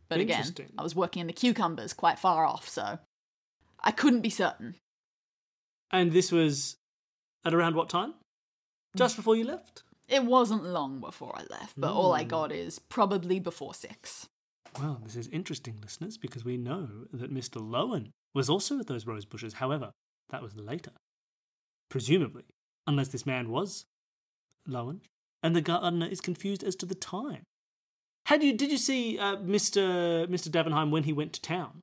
[SPEAKER 2] But again,
[SPEAKER 1] Interesting.
[SPEAKER 2] I was working in the cucumbers quite far off, so I couldn't be certain.
[SPEAKER 1] And this was at around what time? Just before you left?
[SPEAKER 2] It wasn't long before I left, but all I
[SPEAKER 1] Mm.
[SPEAKER 2] got is probably before six.
[SPEAKER 1] Well, this is interesting, listeners, because we know that Mr. Lowen was also at those rose bushes. However, that was later. Presumably, unless this man was Lowen, and the gardener is confused as to the time. Had you did you see uh, Mr. Mr. Davenheim when he went to town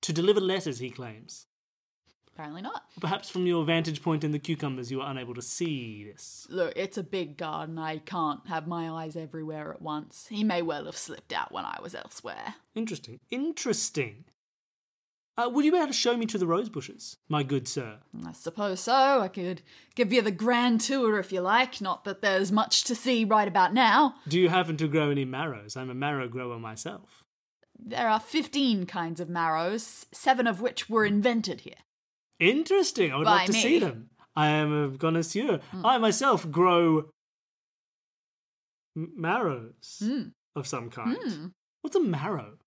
[SPEAKER 1] to deliver letters? He claims.
[SPEAKER 2] Apparently not.
[SPEAKER 1] Perhaps from your vantage point in the cucumbers, you were unable to see this.
[SPEAKER 2] Look, it's a big garden. I can't have my eyes everywhere at once. He may well have slipped out when I was elsewhere.
[SPEAKER 1] Interesting. Interesting. Uh, would you be able to show me to the rose bushes, my good sir?
[SPEAKER 2] I suppose so. I could give you the grand tour if you like. Not that there's much to see right about now.
[SPEAKER 1] Do you happen to grow any marrows? I'm a marrow grower myself.
[SPEAKER 2] There are 15 kinds of marrows, seven of which were invented here.
[SPEAKER 1] Interesting. I would
[SPEAKER 2] By
[SPEAKER 1] love to
[SPEAKER 2] me. Hmm.
[SPEAKER 1] see them. I am uh, a connoisseur. I myself grow m- marrows
[SPEAKER 2] Mm.
[SPEAKER 1] of some kind.
[SPEAKER 2] Mm.
[SPEAKER 1] What's a marrow?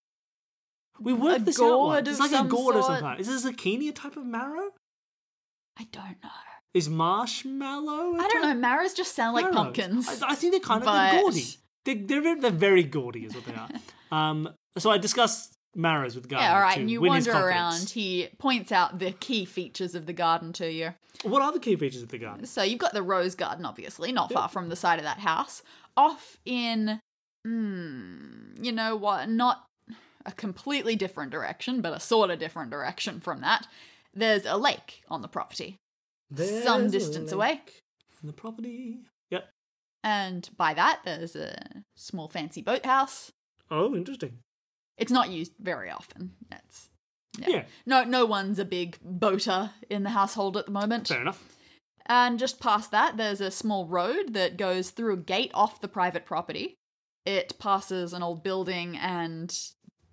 [SPEAKER 1] We worked
[SPEAKER 2] A
[SPEAKER 1] this out
[SPEAKER 2] gourd
[SPEAKER 1] once. It's
[SPEAKER 2] of
[SPEAKER 1] like a
[SPEAKER 2] some
[SPEAKER 1] gourd of some
[SPEAKER 2] sort.
[SPEAKER 1] kind. Is it a zucchini a type of marrow?
[SPEAKER 2] I don't know.
[SPEAKER 1] Is marshmallow? I
[SPEAKER 2] I don't know. Marrows just sound like pumpkins.
[SPEAKER 1] I, I think they're kind of
[SPEAKER 2] but-
[SPEAKER 1] they're gaudy. They're, they're, ve- they're very gaudy, is what they are. um, so I discussed marrows with Guy.
[SPEAKER 2] Yeah, all right.
[SPEAKER 1] um, to
[SPEAKER 2] And you
[SPEAKER 1] win his
[SPEAKER 2] wander
[SPEAKER 1] confidence.
[SPEAKER 2] around. He points out the key features of the garden to you.
[SPEAKER 1] What are the key features of the garden?
[SPEAKER 2] So you've got the rose garden, obviously, not far from the side of that house. Off in, mm, you know what? Not a completely different direction, but a sort of different direction from that. There's a lake on the property, some
[SPEAKER 1] There's a
[SPEAKER 2] distance
[SPEAKER 1] lake
[SPEAKER 2] away.
[SPEAKER 1] in the property. Yep.
[SPEAKER 2] and by that there's a small fancy boathouse.
[SPEAKER 1] Oh, interesting.
[SPEAKER 2] It's not used very often. That's
[SPEAKER 1] Yeah.
[SPEAKER 2] no, no one's a big boater in the household at the moment.
[SPEAKER 1] Fair enough.
[SPEAKER 2] And just past that, there's a small road that goes through a gate off the private property. It passes an old building and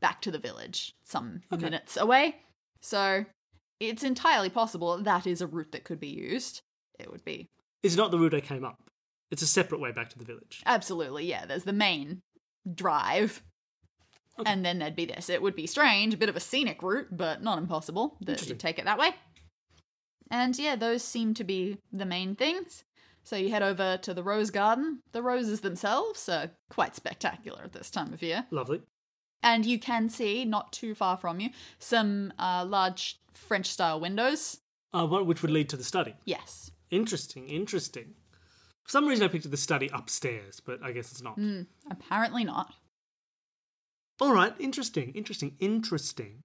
[SPEAKER 2] back to the village, some
[SPEAKER 1] Okay.
[SPEAKER 2] minutes away. So it's entirely possible that is a route that could be used. It would be.
[SPEAKER 1] It's not the route I came up. It's a separate way back to the village.
[SPEAKER 2] Absolutely, yeah. There's the main drive.
[SPEAKER 1] Okay.
[SPEAKER 2] And then there'd be this. It would be strange, a bit of a scenic route, but not impossible that
[SPEAKER 1] Interesting.
[SPEAKER 2] you'd take it that way. And yeah, those seem to be the main things. So you head over to the rose garden. The roses themselves are quite spectacular at this time of year.
[SPEAKER 1] Lovely.
[SPEAKER 2] And you can see, not too far from you, some uh, large French style windows.
[SPEAKER 1] Uh, what- which would lead to the study.
[SPEAKER 2] Yes.
[SPEAKER 1] Interesting. Interesting. For some reason, I pictured the study upstairs, but I guess it's not.
[SPEAKER 2] Mm, apparently not.
[SPEAKER 1] All right. Interesting. Interesting. Interesting.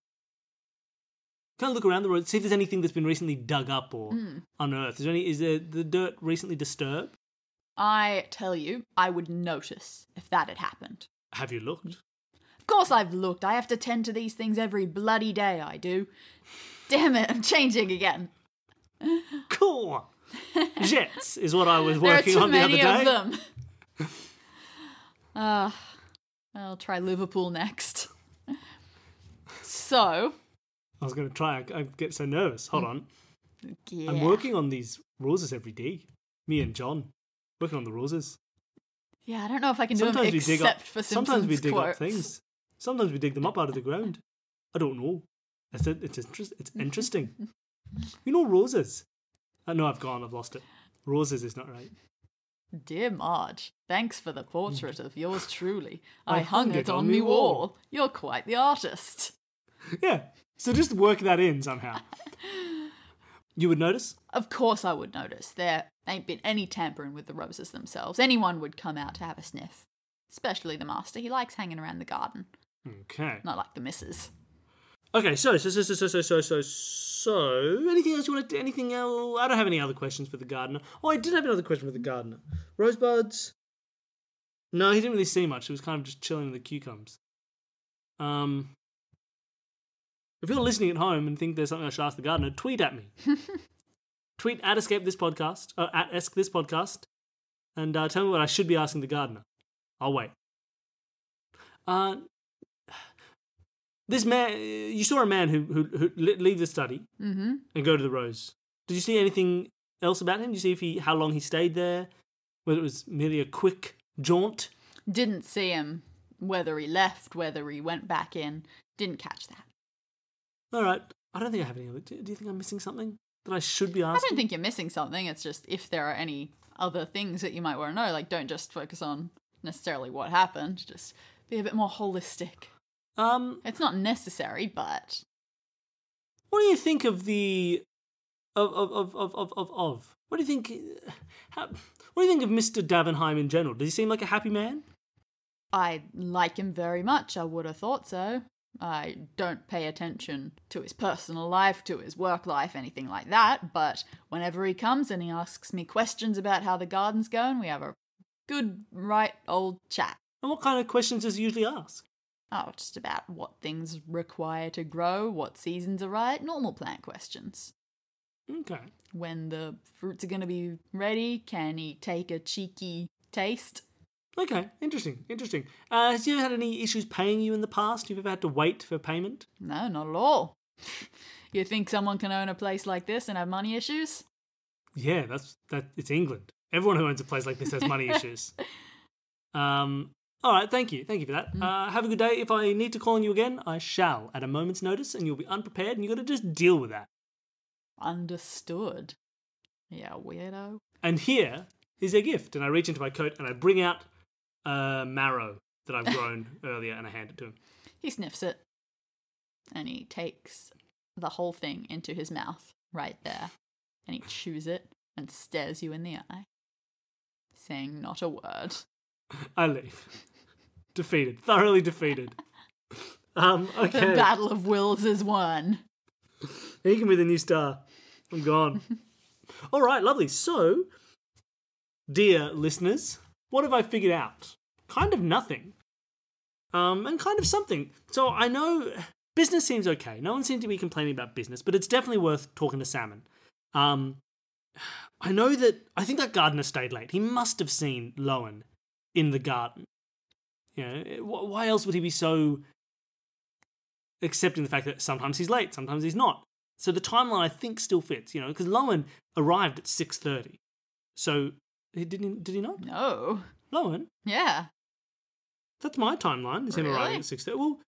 [SPEAKER 1] Kind of look around the road, see if there's anything that's been recently dug up or
[SPEAKER 2] Mm.
[SPEAKER 1] unearthed. Is there any? Is there the dirt recently disturbed?
[SPEAKER 2] I tell you, I would notice if that had happened.
[SPEAKER 1] Have you looked?
[SPEAKER 2] Of course I've looked. I have to tend to these things every bloody day, I do. Damn it, I'm changing again.
[SPEAKER 1] Cool. Jets is what I was
[SPEAKER 2] There are
[SPEAKER 1] working
[SPEAKER 2] too
[SPEAKER 1] on the other
[SPEAKER 2] many
[SPEAKER 1] day.
[SPEAKER 2] of them. Ah, I'll try Liverpool next. So,
[SPEAKER 1] I was going to try. I, I get so uh, nervous. Hold on.
[SPEAKER 2] Yeah.
[SPEAKER 1] I'm working on these roses every day. Me and John working on the roses.
[SPEAKER 2] Yeah, I don't know if I can do them
[SPEAKER 1] Sometimes we
[SPEAKER 2] except
[SPEAKER 1] dig up.
[SPEAKER 2] for Simpsons
[SPEAKER 1] Sometimes we dig
[SPEAKER 2] quotes.
[SPEAKER 1] up things. Sometimes we dig them up out of the ground. I don't know. It's it's interest, It's interesting. you know roses. I know I've gone. I've lost it. Roses is not right.
[SPEAKER 2] Dear Marge, thanks for the portrait of yours truly. I, hung it on me wall. You're quite the artist.
[SPEAKER 1] Yeah. So just work that in somehow. you would notice.
[SPEAKER 2] Of course, I would notice. There ain't been any tampering with the roses themselves. Anyone would come out to have a sniff. Especially the master. He likes hanging around the garden.
[SPEAKER 1] Okay.
[SPEAKER 2] Not like the missus.
[SPEAKER 1] Okay. So so so so so so so so. so anything else you want to? Anything else? I don't have any other questions for the gardener. Oh, I did have another question for the gardener. Rosebuds. No, he didn't really see much. He was kind of just chilling with the cucumbers. Um. If you're listening at home and think there's something I should ask the gardener, tweet at me. tweet at escape this podcast or at ask this podcast, and uh, tell me what I should be asking the gardener. I'll wait. Uh, this man, you saw a man who who, who le- leave the study
[SPEAKER 2] Mm hmm.
[SPEAKER 1] and go to the Rose. Did you see anything else about him? Did you see if he how long he stayed there? Whether it was merely a quick jaunt?
[SPEAKER 2] Didn't see him. Whether he left, whether he went back in. Didn't catch that.
[SPEAKER 1] All right. I don't think I have any other. Do, do you think I'm missing something that I should be
[SPEAKER 2] I
[SPEAKER 1] asking?
[SPEAKER 2] don't think you're missing something. It's just if there are any other things that you might want to know, like don't just focus on necessarily what happened, just be a bit more holistic.
[SPEAKER 1] Um,
[SPEAKER 2] It's not necessary, but
[SPEAKER 1] what do you think of the of of of of of of? of? What do you think? uh, How, what do you think of Mister Davenheim in general? Does he seem like a happy man?
[SPEAKER 2] I like him very much. I would have thought so. I don't pay attention to his personal life, to his work life, anything like that, but whenever he comes and he asks me questions about how the garden's going, we have a good, right old chat.
[SPEAKER 1] And what kind of questions does he usually ask?
[SPEAKER 2] Oh, just about what things require to grow, what seasons are right, normal plant questions.
[SPEAKER 1] Okay.
[SPEAKER 2] When the fruits are going to be ready, can he take a cheeky taste?
[SPEAKER 1] Okay, interesting, interesting. Uh, has you ever had any issues paying you in the past? You've ever had to wait for payment?
[SPEAKER 2] No, not at all. you think someone can own a place like this and have money issues?
[SPEAKER 1] Yeah, that's that. It's England. Everyone who owns a place like this has money issues. Um. All right. Thank you. Thank you for that. Uh, have a good day. If I need to call on you again, I shall at a moment's notice, and you'll be unprepared, and you got to just deal with that.
[SPEAKER 2] Understood. Yeah, weirdo.
[SPEAKER 1] And here is their gift. And I reach into my coat and I bring out uh, marrow that I've grown earlier, and I hand it to him.
[SPEAKER 2] He sniffs it and he takes the whole thing into his mouth right there and he chews it and stares you in the eye, saying not a word.
[SPEAKER 1] I leave. defeated. Thoroughly defeated. Um.
[SPEAKER 2] The
[SPEAKER 1] Okay.
[SPEAKER 2] battle of wills is won.
[SPEAKER 1] He can be the new star. I'm gone. All right, lovely. So, dear listeners, what have I figured out? Kind of nothing. Um, and kind of something. So I know business seems okay. No one seems to be complaining about business, but it's definitely worth talking to Salmon. Um, I know that I think that gardener stayed late. He must have seen Lowen in the garden. You know, eh, wh- why else would he be so accepting the fact that sometimes he's late, sometimes he's not? So the timeline I think still fits, you know, because Lowen arrived at six thirty. So he didn't did he not?
[SPEAKER 2] No.
[SPEAKER 1] Lowen?
[SPEAKER 2] Yeah.
[SPEAKER 1] That's my timeline. Is him
[SPEAKER 2] Really?
[SPEAKER 1] arriving at six thirty? Well,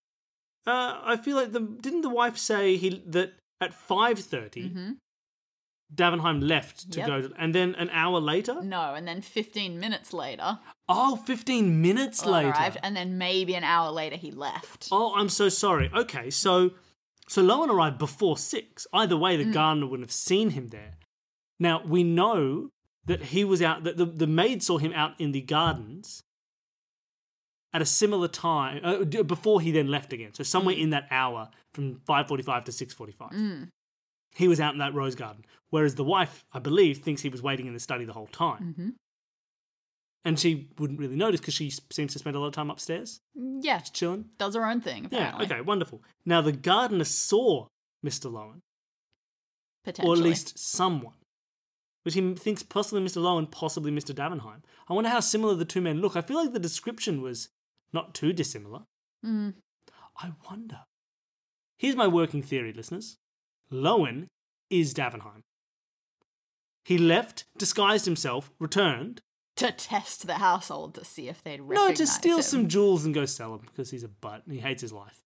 [SPEAKER 1] uh, I feel like the didn't the wife say he that at five
[SPEAKER 2] hmm
[SPEAKER 1] Davenheim left to
[SPEAKER 2] Yep.
[SPEAKER 1] go, to, and then an hour later.
[SPEAKER 2] No, and then 15 minutes later,
[SPEAKER 1] Oh, 15 minutes
[SPEAKER 2] Owen
[SPEAKER 1] later.
[SPEAKER 2] arrived, and then maybe an hour later he left.
[SPEAKER 1] Oh, I'm so sorry. Okay, so so Lowen arrived before six. Either way, the gardener wouldn't have seen him there. Now we know that he was out. That the, the maid saw him out in the gardens at a similar time uh, d- before he then left again. So somewhere in that hour from five forty-five to six forty-five,
[SPEAKER 2] Mm.
[SPEAKER 1] he was out in that rose garden. Whereas the wife, I believe, thinks he was waiting in the study the whole time,
[SPEAKER 2] hmm
[SPEAKER 1] and she wouldn't really notice because she s- seems to spend a lot of time upstairs,
[SPEAKER 2] Mm, Yeah,
[SPEAKER 1] just chilling.
[SPEAKER 2] does her own thing,
[SPEAKER 1] Yeah,
[SPEAKER 2] apparently.
[SPEAKER 1] okay, wonderful. Now, the gardener saw Mr. Lowen, or
[SPEAKER 2] Potentially.
[SPEAKER 1] at least someone, which he thinks possibly Mr. Lowen, possibly Mr. Davenheim. I wonder how similar the two men look. I feel like the description was not too dissimilar.
[SPEAKER 2] Mm.
[SPEAKER 1] I wonder. Here's my working theory, listeners Lowen is Davenheim. He left, disguised himself, returned.
[SPEAKER 2] to test the household to see if they'd recognize
[SPEAKER 1] No, to steal
[SPEAKER 2] him.
[SPEAKER 1] some jewels and go sell them because he's a butt and he hates his life.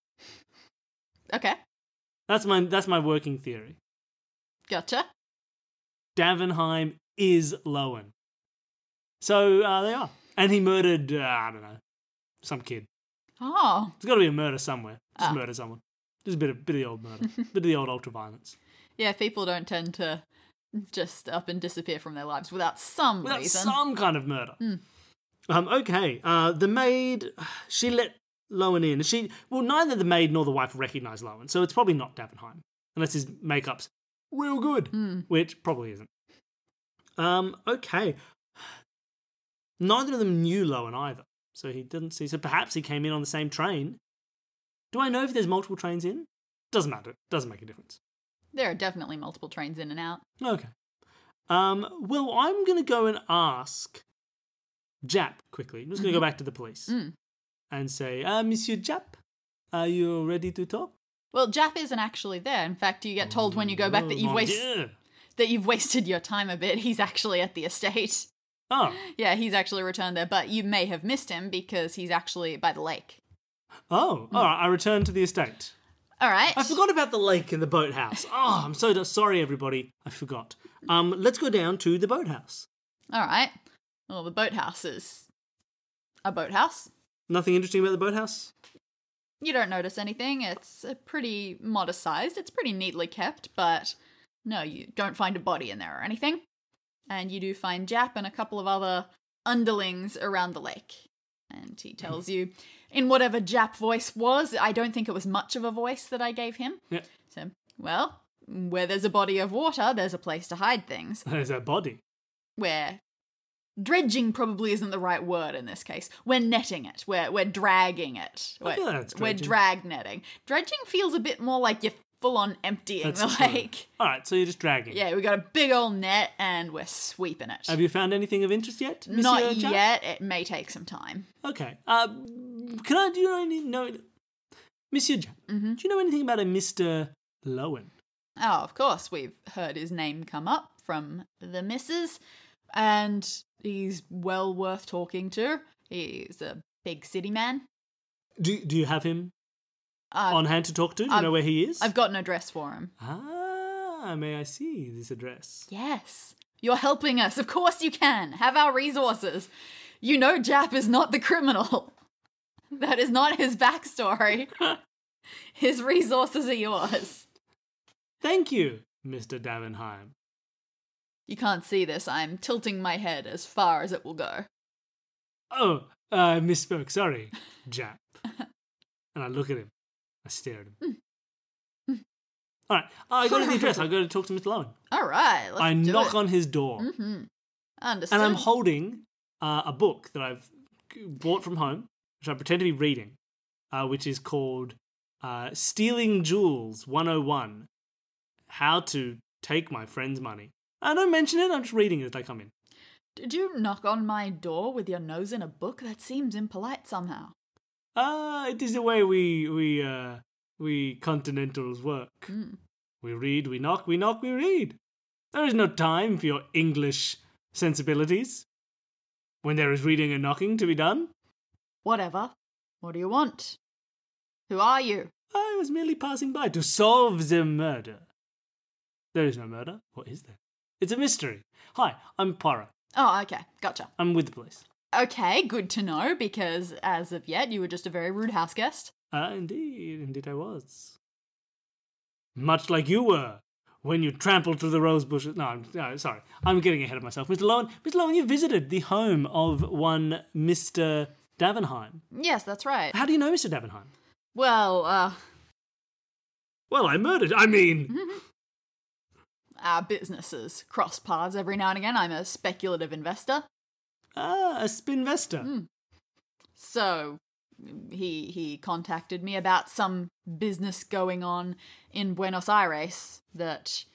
[SPEAKER 2] Okay,
[SPEAKER 1] That's my that's my working theory.
[SPEAKER 2] gotcha.
[SPEAKER 1] Davenheim is Lowen. So uh, they are, and he murdered uh, I don't know some kid.
[SPEAKER 2] Oh,
[SPEAKER 1] There's got to be a murder somewhere. Just
[SPEAKER 2] Ah.
[SPEAKER 1] murder someone. Just a bit of bit of the old murder, bit of the old ultraviolence.
[SPEAKER 2] yeah. People don't tend to just up and disappear from their lives without some
[SPEAKER 1] Without
[SPEAKER 2] reason. Hmm.
[SPEAKER 1] some kind of murder. Um, okay. Uh, the maid, she let Lowen in. She well, neither the maid nor the wife recognise Lowen, so it's probably not Davenheim, unless his makeup's real good,
[SPEAKER 2] Hmm.
[SPEAKER 1] which probably isn't. Um, okay. Neither of them knew Lowen either, so he didn't see. So perhaps he came in on the same train. Do I know if there's multiple trains in? Doesn't matter. Doesn't make a difference.
[SPEAKER 2] There are definitely multiple trains in and out.
[SPEAKER 1] Okay. Um, well, I'm going to go and ask Jap quickly. I'm just going to go back to the police
[SPEAKER 2] Mm.
[SPEAKER 1] and say, uh, Monsieur Jap, are you ready to talk?
[SPEAKER 2] Well, Jap isn't actually there. In fact, you get told when you go back that you've
[SPEAKER 1] Oh, mon
[SPEAKER 2] wasted
[SPEAKER 1] Dieu.
[SPEAKER 2] that you've wasted your time a bit. He's actually at the estate.
[SPEAKER 1] Oh,
[SPEAKER 2] Yeah, he's actually returned there, but you may have missed him because he's actually by the lake.
[SPEAKER 1] oh,
[SPEAKER 2] Mm.
[SPEAKER 1] all right. I returned to the estate.
[SPEAKER 2] All right.
[SPEAKER 1] I forgot about the lake and the boathouse. Oh, I'm so sorry, everybody. I forgot. Um, let's go down to the boathouse.
[SPEAKER 2] All right. Well, the boathouse is a boathouse.
[SPEAKER 1] Nothing interesting about the boathouse?
[SPEAKER 2] You don't notice anything. It's uh, pretty modest sized. It's pretty neatly kept, but no, you don't find a body in there or anything. And you do find Jap and a couple of other underlings around the lake. And he tells you, in whatever Jap voice was, I don't think it was much of a voice that I gave him.
[SPEAKER 1] Yeah.
[SPEAKER 2] So, well, where there's a body of water, there's a place to hide things.
[SPEAKER 1] There's a body.
[SPEAKER 2] we're dredging probably isn't the right word in this case. We're netting it. We're we're dragging it. We're,
[SPEAKER 1] I feel that's
[SPEAKER 2] we're
[SPEAKER 1] dredging.
[SPEAKER 2] drag netting. Dredging feels a bit more like you're full on emptying
[SPEAKER 1] That's
[SPEAKER 2] the
[SPEAKER 1] true.
[SPEAKER 2] lake.
[SPEAKER 1] All right, so you're just dragging.
[SPEAKER 2] Yeah, we got a big old net and we're sweeping it.
[SPEAKER 1] Have you found anything of interest yet? Monsieur
[SPEAKER 2] Not
[SPEAKER 1] Jap?
[SPEAKER 2] yet. It may take some time.
[SPEAKER 1] Okay. Uh, can I do you know any know Monsieur Jack? Do you know anything about a Mister Lowen?
[SPEAKER 2] Mm-hmm. Oh, of course, we've heard his name come up from the missus, and he's well worth talking to. He's a big city man.
[SPEAKER 1] Do Do you have him
[SPEAKER 2] I've,
[SPEAKER 1] on hand to talk to? Do you
[SPEAKER 2] I've-
[SPEAKER 1] know where he is?
[SPEAKER 2] I've got an address for him.
[SPEAKER 1] ah, may I see this address?
[SPEAKER 2] Yes. You're helping us. Of course you can. Have our resources. You know Jap is not the criminal. That is not his backstory. his resources are yours.
[SPEAKER 1] Thank you, Mister Davenheim.
[SPEAKER 2] You can't see this. I'm tilting my head as far as it will go.
[SPEAKER 1] Oh, I misspoke. Sorry, Jap. and I look at him. I stare at him.
[SPEAKER 2] Mm.
[SPEAKER 1] All right, I go to the address. I go to talk to Mister Lowen.
[SPEAKER 2] All right. Let's
[SPEAKER 1] I
[SPEAKER 2] do
[SPEAKER 1] knock
[SPEAKER 2] it. Mm. Mm-hmm.
[SPEAKER 1] on his door.
[SPEAKER 2] Understood.
[SPEAKER 1] and I'm holding uh, a book that I've g- bought from home, which I pretend to be reading, uh, which is called uh, "Stealing Jewels 101: How to Take My Friend's Money." I don't mention it. I'm just reading it as I come in.
[SPEAKER 2] Did you knock on my door with your nose in a book? That seems impolite somehow.
[SPEAKER 1] Uh, it is the way we we uh, we continentals work.
[SPEAKER 2] Mm.
[SPEAKER 1] We read, we knock, we knock, we read. There is no time for your English sensibilities when there is reading and knocking to be done.
[SPEAKER 2] Whatever. What do you want? Who are you?
[SPEAKER 1] I was merely passing by to solve the murder. There is no murder, or is there? It's a mystery. Hi, I'm Poirot.
[SPEAKER 2] Oh, okay. Gotcha.
[SPEAKER 1] I'm with the police.
[SPEAKER 2] Okay, good to know because as of yet, you were just a very rude house guest.
[SPEAKER 1] Ah, indeed, indeed I was. Much like you were when you trampled through the rose bushes. No, I'm no, sorry. I'm getting ahead of myself. Mr. Lowen, Mr. Lowen, you visited the home of one Mr. Davenheim.
[SPEAKER 2] Yes, that's right.
[SPEAKER 1] How do you know Mr. Davenheim?
[SPEAKER 2] Well, uh,
[SPEAKER 1] Well, I murdered. I mean,
[SPEAKER 2] our businesses cross paths every now and again. I'm a speculative investor,
[SPEAKER 1] ah, a spinvestor.
[SPEAKER 2] so he he contacted me about some business going on in Buenos Aires that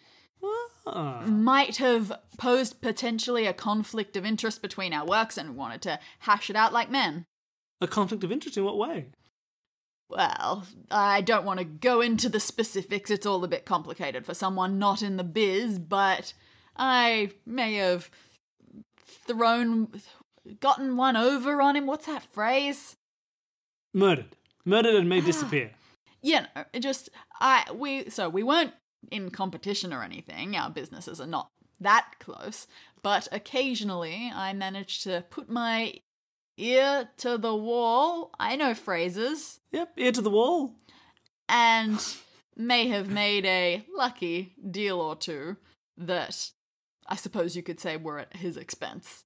[SPEAKER 1] Ah.
[SPEAKER 2] might have posed potentially a conflict of interest between our works and wanted to hash it out like men.
[SPEAKER 1] A conflict of interest in what way?
[SPEAKER 2] Well, I don't want to go into the specifics. It's all a bit complicated for someone not in the biz, but I may have thrown, gotten one over on him. What's that phrase?
[SPEAKER 1] Murdered. Murdered and made disappear.
[SPEAKER 2] Yeah, no, it just I we so we weren't in competition or anything. Our businesses are not that close, but occasionally I managed to put my ear to the wall. I know phrases
[SPEAKER 1] Yep, ear to the wall.
[SPEAKER 2] and may have made a lucky deal or two that I suppose you could say were at his expense.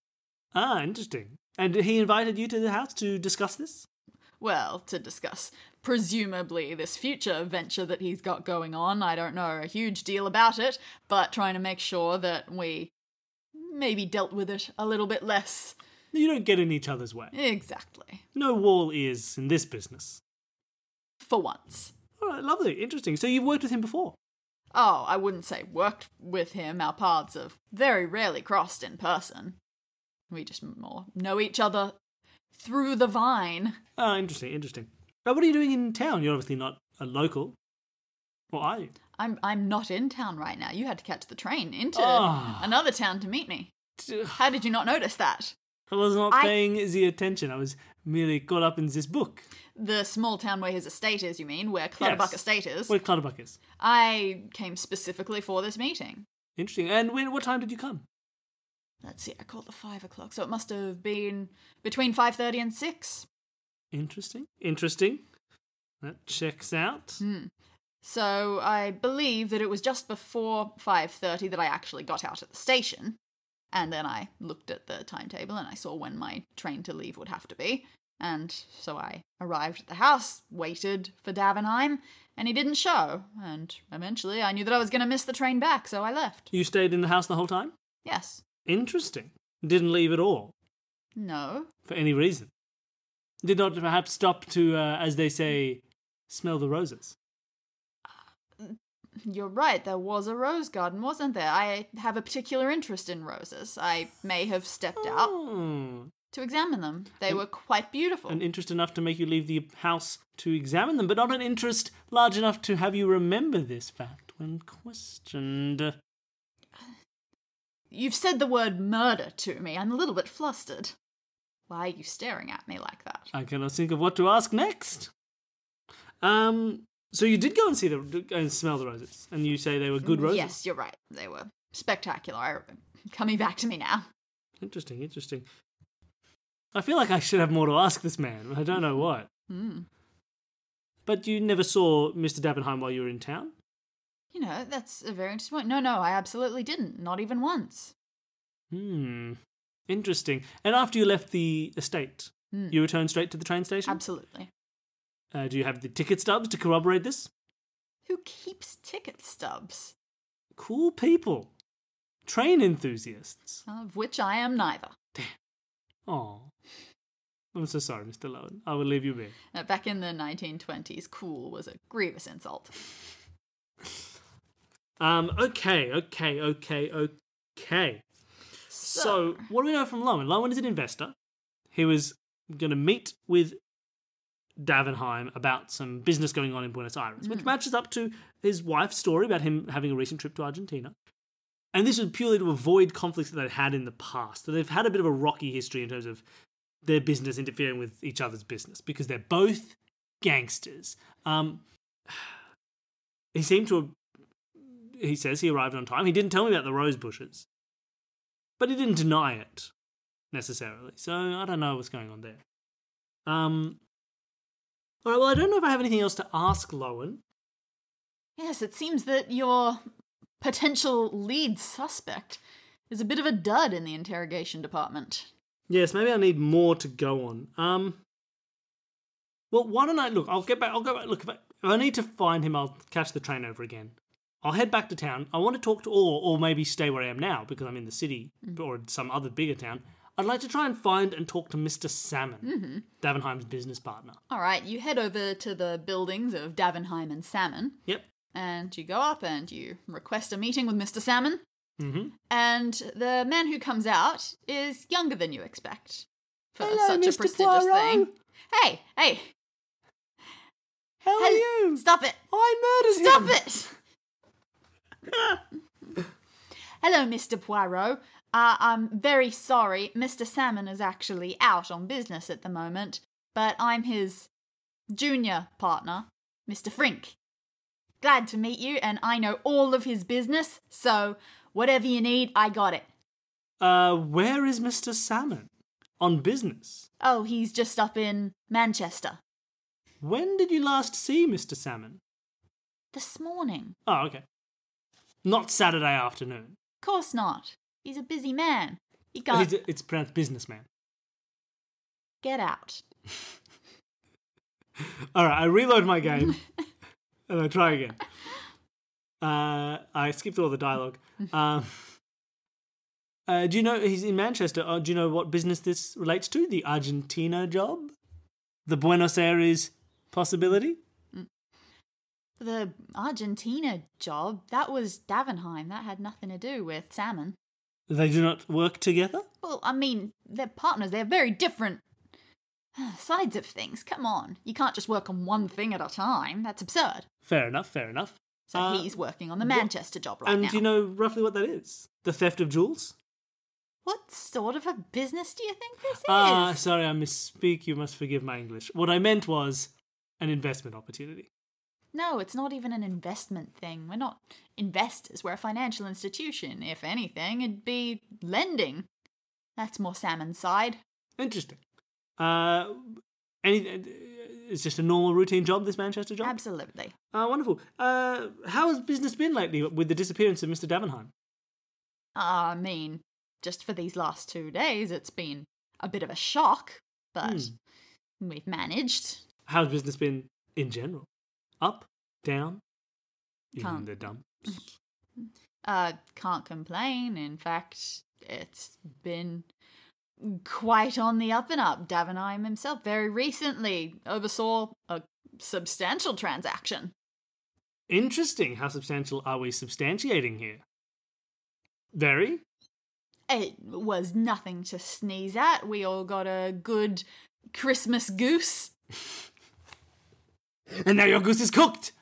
[SPEAKER 1] Ah, interesting. And he invited you to the house to discuss this?
[SPEAKER 2] Well, to discuss presumably this future venture that he's got going on. I don't know a huge deal about it, but trying to make sure that we maybe dealt with it a little bit less.
[SPEAKER 1] You don't get in each other's way.
[SPEAKER 2] Exactly.
[SPEAKER 1] No wall is in this business.
[SPEAKER 2] For once.
[SPEAKER 1] All right, lovely, interesting. So you've worked with him before.
[SPEAKER 2] Oh, I wouldn't say worked with him. Our paths have very rarely crossed in person. We just more know each other through the vine.
[SPEAKER 1] Ah, interesting, interesting. Now, what are you doing in town? You're obviously not a local. Well, are you?
[SPEAKER 2] I'm I'm not in town right now. You had to catch the train into
[SPEAKER 1] Ah.
[SPEAKER 2] another town to meet me. How did you not notice that?
[SPEAKER 1] I was not
[SPEAKER 2] I-
[SPEAKER 1] paying the attention. I was merely caught up in this book.
[SPEAKER 2] The small town where his estate is, you mean, where Clutterbuck
[SPEAKER 1] Yes.
[SPEAKER 2] Estate is.
[SPEAKER 1] Where Clutterbuck is.
[SPEAKER 2] I came specifically for this meeting.
[SPEAKER 1] Interesting. And when, what time did you come?
[SPEAKER 2] Let's see, I called at five o'clock, so it must have been between five thirty and six.
[SPEAKER 1] Interesting. Interesting. That checks out.
[SPEAKER 2] So I believe that it was just before 5:30 that I actually got out at the station. And then I looked at the timetable and I saw when my train to leave would have to be. And so I arrived at the house, waited for Davenheim, and he didn't show. And eventually I knew that I was going to miss the train back, so I left.
[SPEAKER 1] You stayed in the house the whole time?
[SPEAKER 2] Yes.
[SPEAKER 1] Interesting. Didn't leave at all
[SPEAKER 2] No.
[SPEAKER 1] for any reason. Did not perhaps stop to, uh, as they say, smell the roses.
[SPEAKER 2] You're right, there was a rose garden, wasn't there? I have a particular interest in roses. I may have stepped out
[SPEAKER 1] Oh,
[SPEAKER 2] to examine them. They were quite beautiful.
[SPEAKER 1] an interest enough to make you leave the house to examine them, but not an interest large enough to have you remember this fact when questioned.
[SPEAKER 2] You've said the word murder to me. I'm a little bit flustered. Why are you staring at me like that?
[SPEAKER 1] I cannot think of what to ask next. Um, so you did go and see the and smell the roses, and you say they were good roses.
[SPEAKER 2] Yes, you're right. They were spectacular. I- Coming back to me now.
[SPEAKER 1] Interesting, interesting. I feel like I should have more to ask this man. but I don't know what.
[SPEAKER 2] Hmm.
[SPEAKER 1] But you never saw Mr. Davenheim while you were in town?
[SPEAKER 2] You know, that's a very interesting point. No, no, I absolutely didn't. Not even once.
[SPEAKER 1] Hmm. Interesting. And after you left the estate,
[SPEAKER 2] Hmm.
[SPEAKER 1] you returned straight to the train station?
[SPEAKER 2] Absolutely.
[SPEAKER 1] Uh, do you have the ticket stubs to corroborate this?
[SPEAKER 2] Who keeps ticket stubs?
[SPEAKER 1] Cool people. Train enthusiasts.
[SPEAKER 2] Of which I am neither.
[SPEAKER 1] Oh. I'm so sorry, Mr. Lowen. I will leave you be.
[SPEAKER 2] Uh, back in the 1920s, cool was a grievous insult.
[SPEAKER 1] Um, okay, okay, okay, okay. So,
[SPEAKER 2] So,
[SPEAKER 1] what do we know from Lowen? Lowen is an investor. He was going to meet with Davenheim about some business going on in Buenos Aires, which matches up to his wife's story about him having a recent trip to Argentina. And this was purely to avoid conflicts that they'd had in the past. So they've had a bit of a rocky history in terms of their business interfering with each other's business because they're both gangsters. Um, he seemed to have, he says he arrived on time. He didn't tell me about the rose bushes but he didn't deny it necessarily. So I don't know what's going on there. Um. All right. Well, I don't know if I have anything else to ask Lowen.
[SPEAKER 2] yes, it seems that your potential lead suspect is a bit of a dud in the interrogation department.
[SPEAKER 1] Yes, maybe I need more to go on. Um. Well, why don't I look? I'll get back. I'll go back. Look, if I, if I need to find him, I'll catch the train over again. I'll head back to town. I want to talk to, or or maybe stay where I am now because I'm in the city or some other bigger town. I'd like to try and find and talk to Mister Salmon, Davenheim's business partner.
[SPEAKER 2] All right, you head over to the buildings of Davenheim and Salmon,
[SPEAKER 1] Yep.
[SPEAKER 2] and you go up and you request a meeting with Mr. Salmon.
[SPEAKER 1] Mm-hmm.
[SPEAKER 2] And the man who comes out is younger than you expect for
[SPEAKER 1] Hello,
[SPEAKER 2] such a
[SPEAKER 1] Mr.
[SPEAKER 2] prestigious thing.
[SPEAKER 1] Poirot.
[SPEAKER 2] Hey, hey,
[SPEAKER 1] How are
[SPEAKER 2] hey,
[SPEAKER 1] you?
[SPEAKER 2] Stop it!
[SPEAKER 1] I murdered
[SPEAKER 2] Stop
[SPEAKER 1] him.
[SPEAKER 2] it! Hello, Mr. Poirot. Uh, I'm very sorry. Mr. Salmon is actually out on business at the moment, but I'm his junior partner, Mr. Frink. Glad to meet you, and I know all of his business, so whatever you need, I got it.
[SPEAKER 1] Uh, where is Mr. Salmon? On business.
[SPEAKER 2] Oh, he's just up in Manchester.
[SPEAKER 1] When did you last see Mr. Salmon?
[SPEAKER 2] This morning.
[SPEAKER 1] Oh, okay. Not Saturday afternoon.
[SPEAKER 2] Course not. He's a busy man. He can't
[SPEAKER 1] It's, it's pronounced businessman.
[SPEAKER 2] get out.
[SPEAKER 1] All right, I reload my game and I try again. Uh, I skipped all the dialogue. Um, uh, do you know he's in Manchester? Uh, do you know what business this relates to? The Argentina job, the Buenos Aires possibility.
[SPEAKER 2] The Argentina job, that was Davenheim. That had nothing to do with Salmon.
[SPEAKER 1] They do not work together.
[SPEAKER 2] Well, I mean, they're partners. They're very different uh, sides of things. Come on. You can't just work on one thing at a time. That's absurd.
[SPEAKER 1] Fair enough. Fair enough.
[SPEAKER 2] So
[SPEAKER 1] Uh,
[SPEAKER 2] he's working on the Manchester job right
[SPEAKER 1] and
[SPEAKER 2] now.
[SPEAKER 1] do you know roughly what that is? The theft of jewels.
[SPEAKER 2] what sort of a business do you think this
[SPEAKER 1] Ah,
[SPEAKER 2] is?
[SPEAKER 1] sorry, I misspeak. You must forgive my English. What I meant was an investment opportunity.
[SPEAKER 2] No, it's not even an investment thing. We're not investors. We're a financial institution. If anything, it'd be lending. That's more Salmon's side.
[SPEAKER 1] Interesting. Uh, any, it's just a normal routine job, this Manchester job?
[SPEAKER 2] Absolutely.
[SPEAKER 1] Uh, wonderful. Uh, how has business been lately with the disappearance of Mr. Davenheim?
[SPEAKER 2] Uh, I mean, just for these last two days, it's been a bit of a shock, but we've managed.
[SPEAKER 1] How's business been in general? Up? Down? In
[SPEAKER 2] Can't.
[SPEAKER 1] the dumps?
[SPEAKER 2] Uh, can't complain. In fact, it's been quite on the up and up. Davenheim himself very recently oversaw a substantial transaction.
[SPEAKER 1] Interesting. How substantial are we substantiating here? Very?
[SPEAKER 2] It was nothing to sneeze at. We all got a good Christmas goose.
[SPEAKER 1] And now your goose is cooked!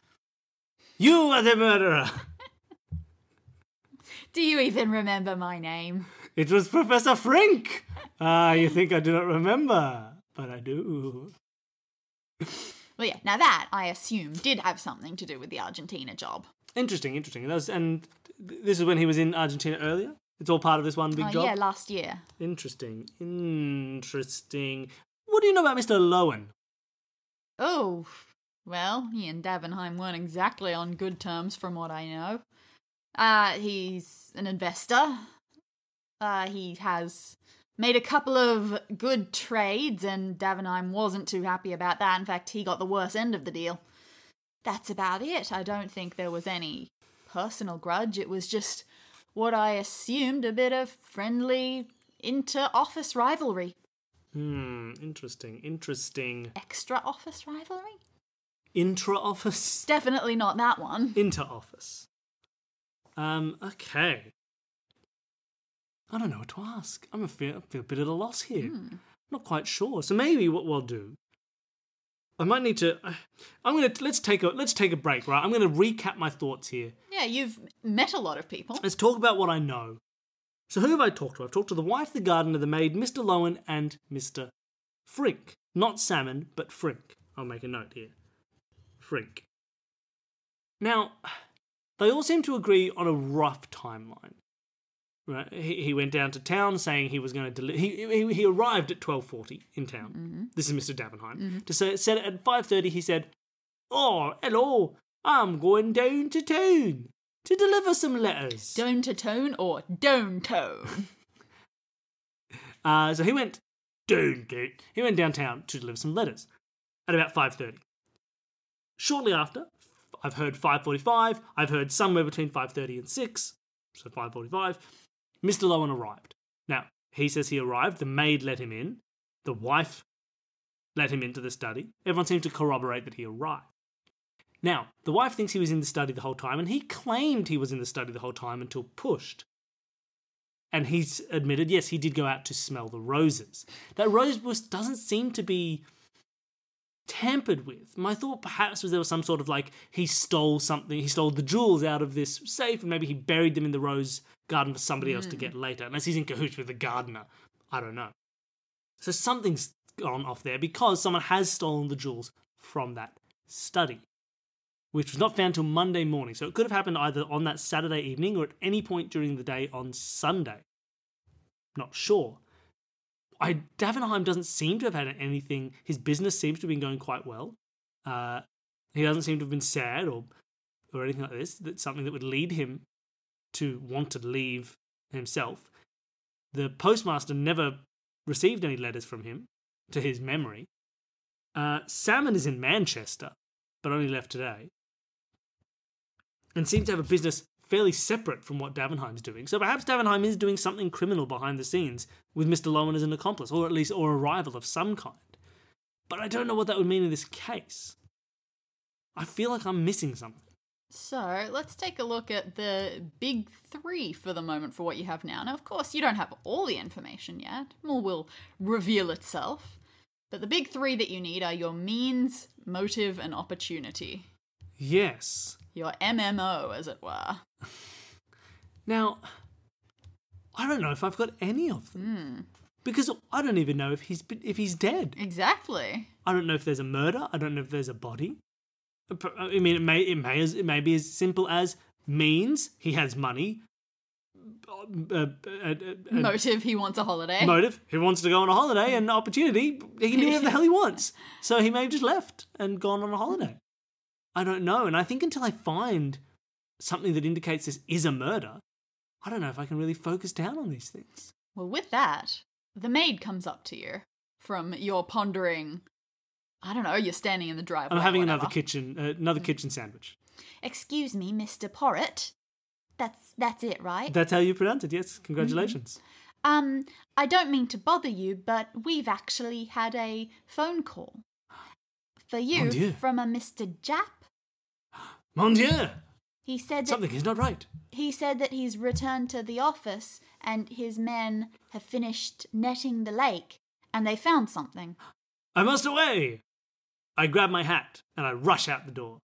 [SPEAKER 1] You are the murderer!
[SPEAKER 2] Do you even remember my name?
[SPEAKER 1] It was Professor Frink! Ah, you think I do not remember, but I do.
[SPEAKER 2] Well, yeah, now that, I assume, did have something to do with the Argentina job.
[SPEAKER 1] Interesting, interesting. That was, and th- this is when he was in Argentina earlier. It's all part of this one big
[SPEAKER 2] Oh,
[SPEAKER 1] job.
[SPEAKER 2] yeah, last year.
[SPEAKER 1] Interesting, interesting. What do you know about Mr. Lowen?
[SPEAKER 2] Oh, well, he and Davenheim weren't exactly on good terms from what I know. Uh, he's an investor. Uh, he has made a couple of good trades, and Davenheim wasn't too happy about that. In fact, he got the worse end of the deal. That's about it. I don't think there was any personal grudge. It was just what I assumed a bit of friendly inter office rivalry.
[SPEAKER 1] Hmm, interesting, interesting.
[SPEAKER 2] Extra office rivalry?
[SPEAKER 1] Intra office?
[SPEAKER 2] Definitely not that one.
[SPEAKER 1] Inter office. Um, okay. I don't know what to ask. I'm a feel, I feel a bit at a loss here.
[SPEAKER 2] Hmm.
[SPEAKER 1] Not quite sure. So maybe what we'll do. I might need to. I- I'm gonna let's take a let's take a break, right? I'm gonna recap my thoughts here.
[SPEAKER 2] Yeah, you've met a lot of people.
[SPEAKER 1] Let's talk about what I know. So, who have I talked to? I've talked to the wife, the gardener, the maid, Mr. Lowen, and Mr. Frink. Not Salmon, but Frink. I'll make a note here. Frink. Now, they all seem to agree on a rough timeline. Right? He, he went down to town saying he was going to deliver. He, he, he arrived at 12.40 in town. This is Mr. Davenheim. To say, said at 5.30, he said, Oh, hello, I'm going down to town to deliver some letters.
[SPEAKER 2] Done to tone or don't tone.
[SPEAKER 1] Uh, so he went down, dude. He went downtown to deliver some letters at about five thirty. Shortly after, I've heard five forty-five. I've heard somewhere between five thirty and six, so five forty-five. Mr. Lowen arrived. Now he says he arrived. The maid let him in. The wife let him into the study. Everyone seemed to corroborate that he arrived. Now, the wife thinks he was in the study the whole time, and he claimed he was in the study the whole time until pushed. And he's admitted, yes, he did go out to smell the roses. That rose bush doesn't seem to be tampered with. My thought perhaps was there was some sort of like he stole something, he stole the jewels out of this safe, and maybe he buried them in the rose garden for somebody else to get later, unless he's in cahoots with the gardener. I don't know. So something's gone off there because someone has stolen the jewels from that study, which was not found till Monday morning. So it could have happened either on that Saturday evening or at any point during the day on Sunday. Not sure. I Davenheim doesn't seem to have had anything. His business seems to have been going quite well. Uh, he doesn't seem to have been sad or or anything like this. That's something that would lead him to want to leave himself. The postmaster never received any letters from him, to his memory. Uh, Salmon is in Manchester, but only left today, and seems to have a business fairly separate from what Davenheim's doing. So perhaps Davenheim is doing something criminal behind the scenes with Mr. Lowen as an accomplice, or at least or a rival of some kind. But I don't know what that would mean in this case. I feel like I'm missing something.
[SPEAKER 2] So let's take a look at the big three for the moment for what you have now. Now, of course, you don't have all the information yet. More will reveal itself. But the big three that you need are your means, motive, and opportunity.
[SPEAKER 1] Yes.
[SPEAKER 2] Your MMO, as it were.
[SPEAKER 1] Now, I don't know if I've got any of them because I don't even know if he's been, if he's dead.
[SPEAKER 2] Exactly.
[SPEAKER 1] I don't know if there's a murder. I don't know if there's a body. uh, I mean, it may it may as, it may be as simple as means he has money, uh, uh, uh,
[SPEAKER 2] Motive, he wants a holiday.
[SPEAKER 1] motive he wants to go on a holiday and opportunity he can do whatever the hell he wants. So he may have just left and gone on a holiday. I don't know, and I think until I find something that indicates this is a murder, I don't know if I can really focus down on these things.
[SPEAKER 2] well, with that, the maid comes up to you from your pondering. I don't know, you're standing in the driveway.
[SPEAKER 1] I'm having
[SPEAKER 2] or
[SPEAKER 1] another
[SPEAKER 2] whatever.
[SPEAKER 1] kitchen uh, another kitchen sandwich.
[SPEAKER 2] Excuse me, Mr. Porritt. That's that's it, right?
[SPEAKER 1] That's how you pronounce it. Yes, congratulations.
[SPEAKER 2] um, I don't mean to bother you, but we've actually had a phone call for
[SPEAKER 1] Mon
[SPEAKER 2] you
[SPEAKER 1] Dieu.
[SPEAKER 2] from a Mr. Jap.
[SPEAKER 1] Mon Dieu,
[SPEAKER 2] He said that,
[SPEAKER 1] something is not right.
[SPEAKER 2] he said that he's returned to the office and his men have finished netting the lake and they found something.
[SPEAKER 1] I must away. I grab my hat and I rush out the door.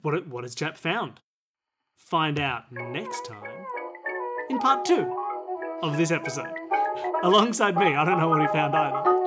[SPEAKER 1] What, what has Chap found? Find out next time in part two of this episode. Alongside me, I don't know what he found either.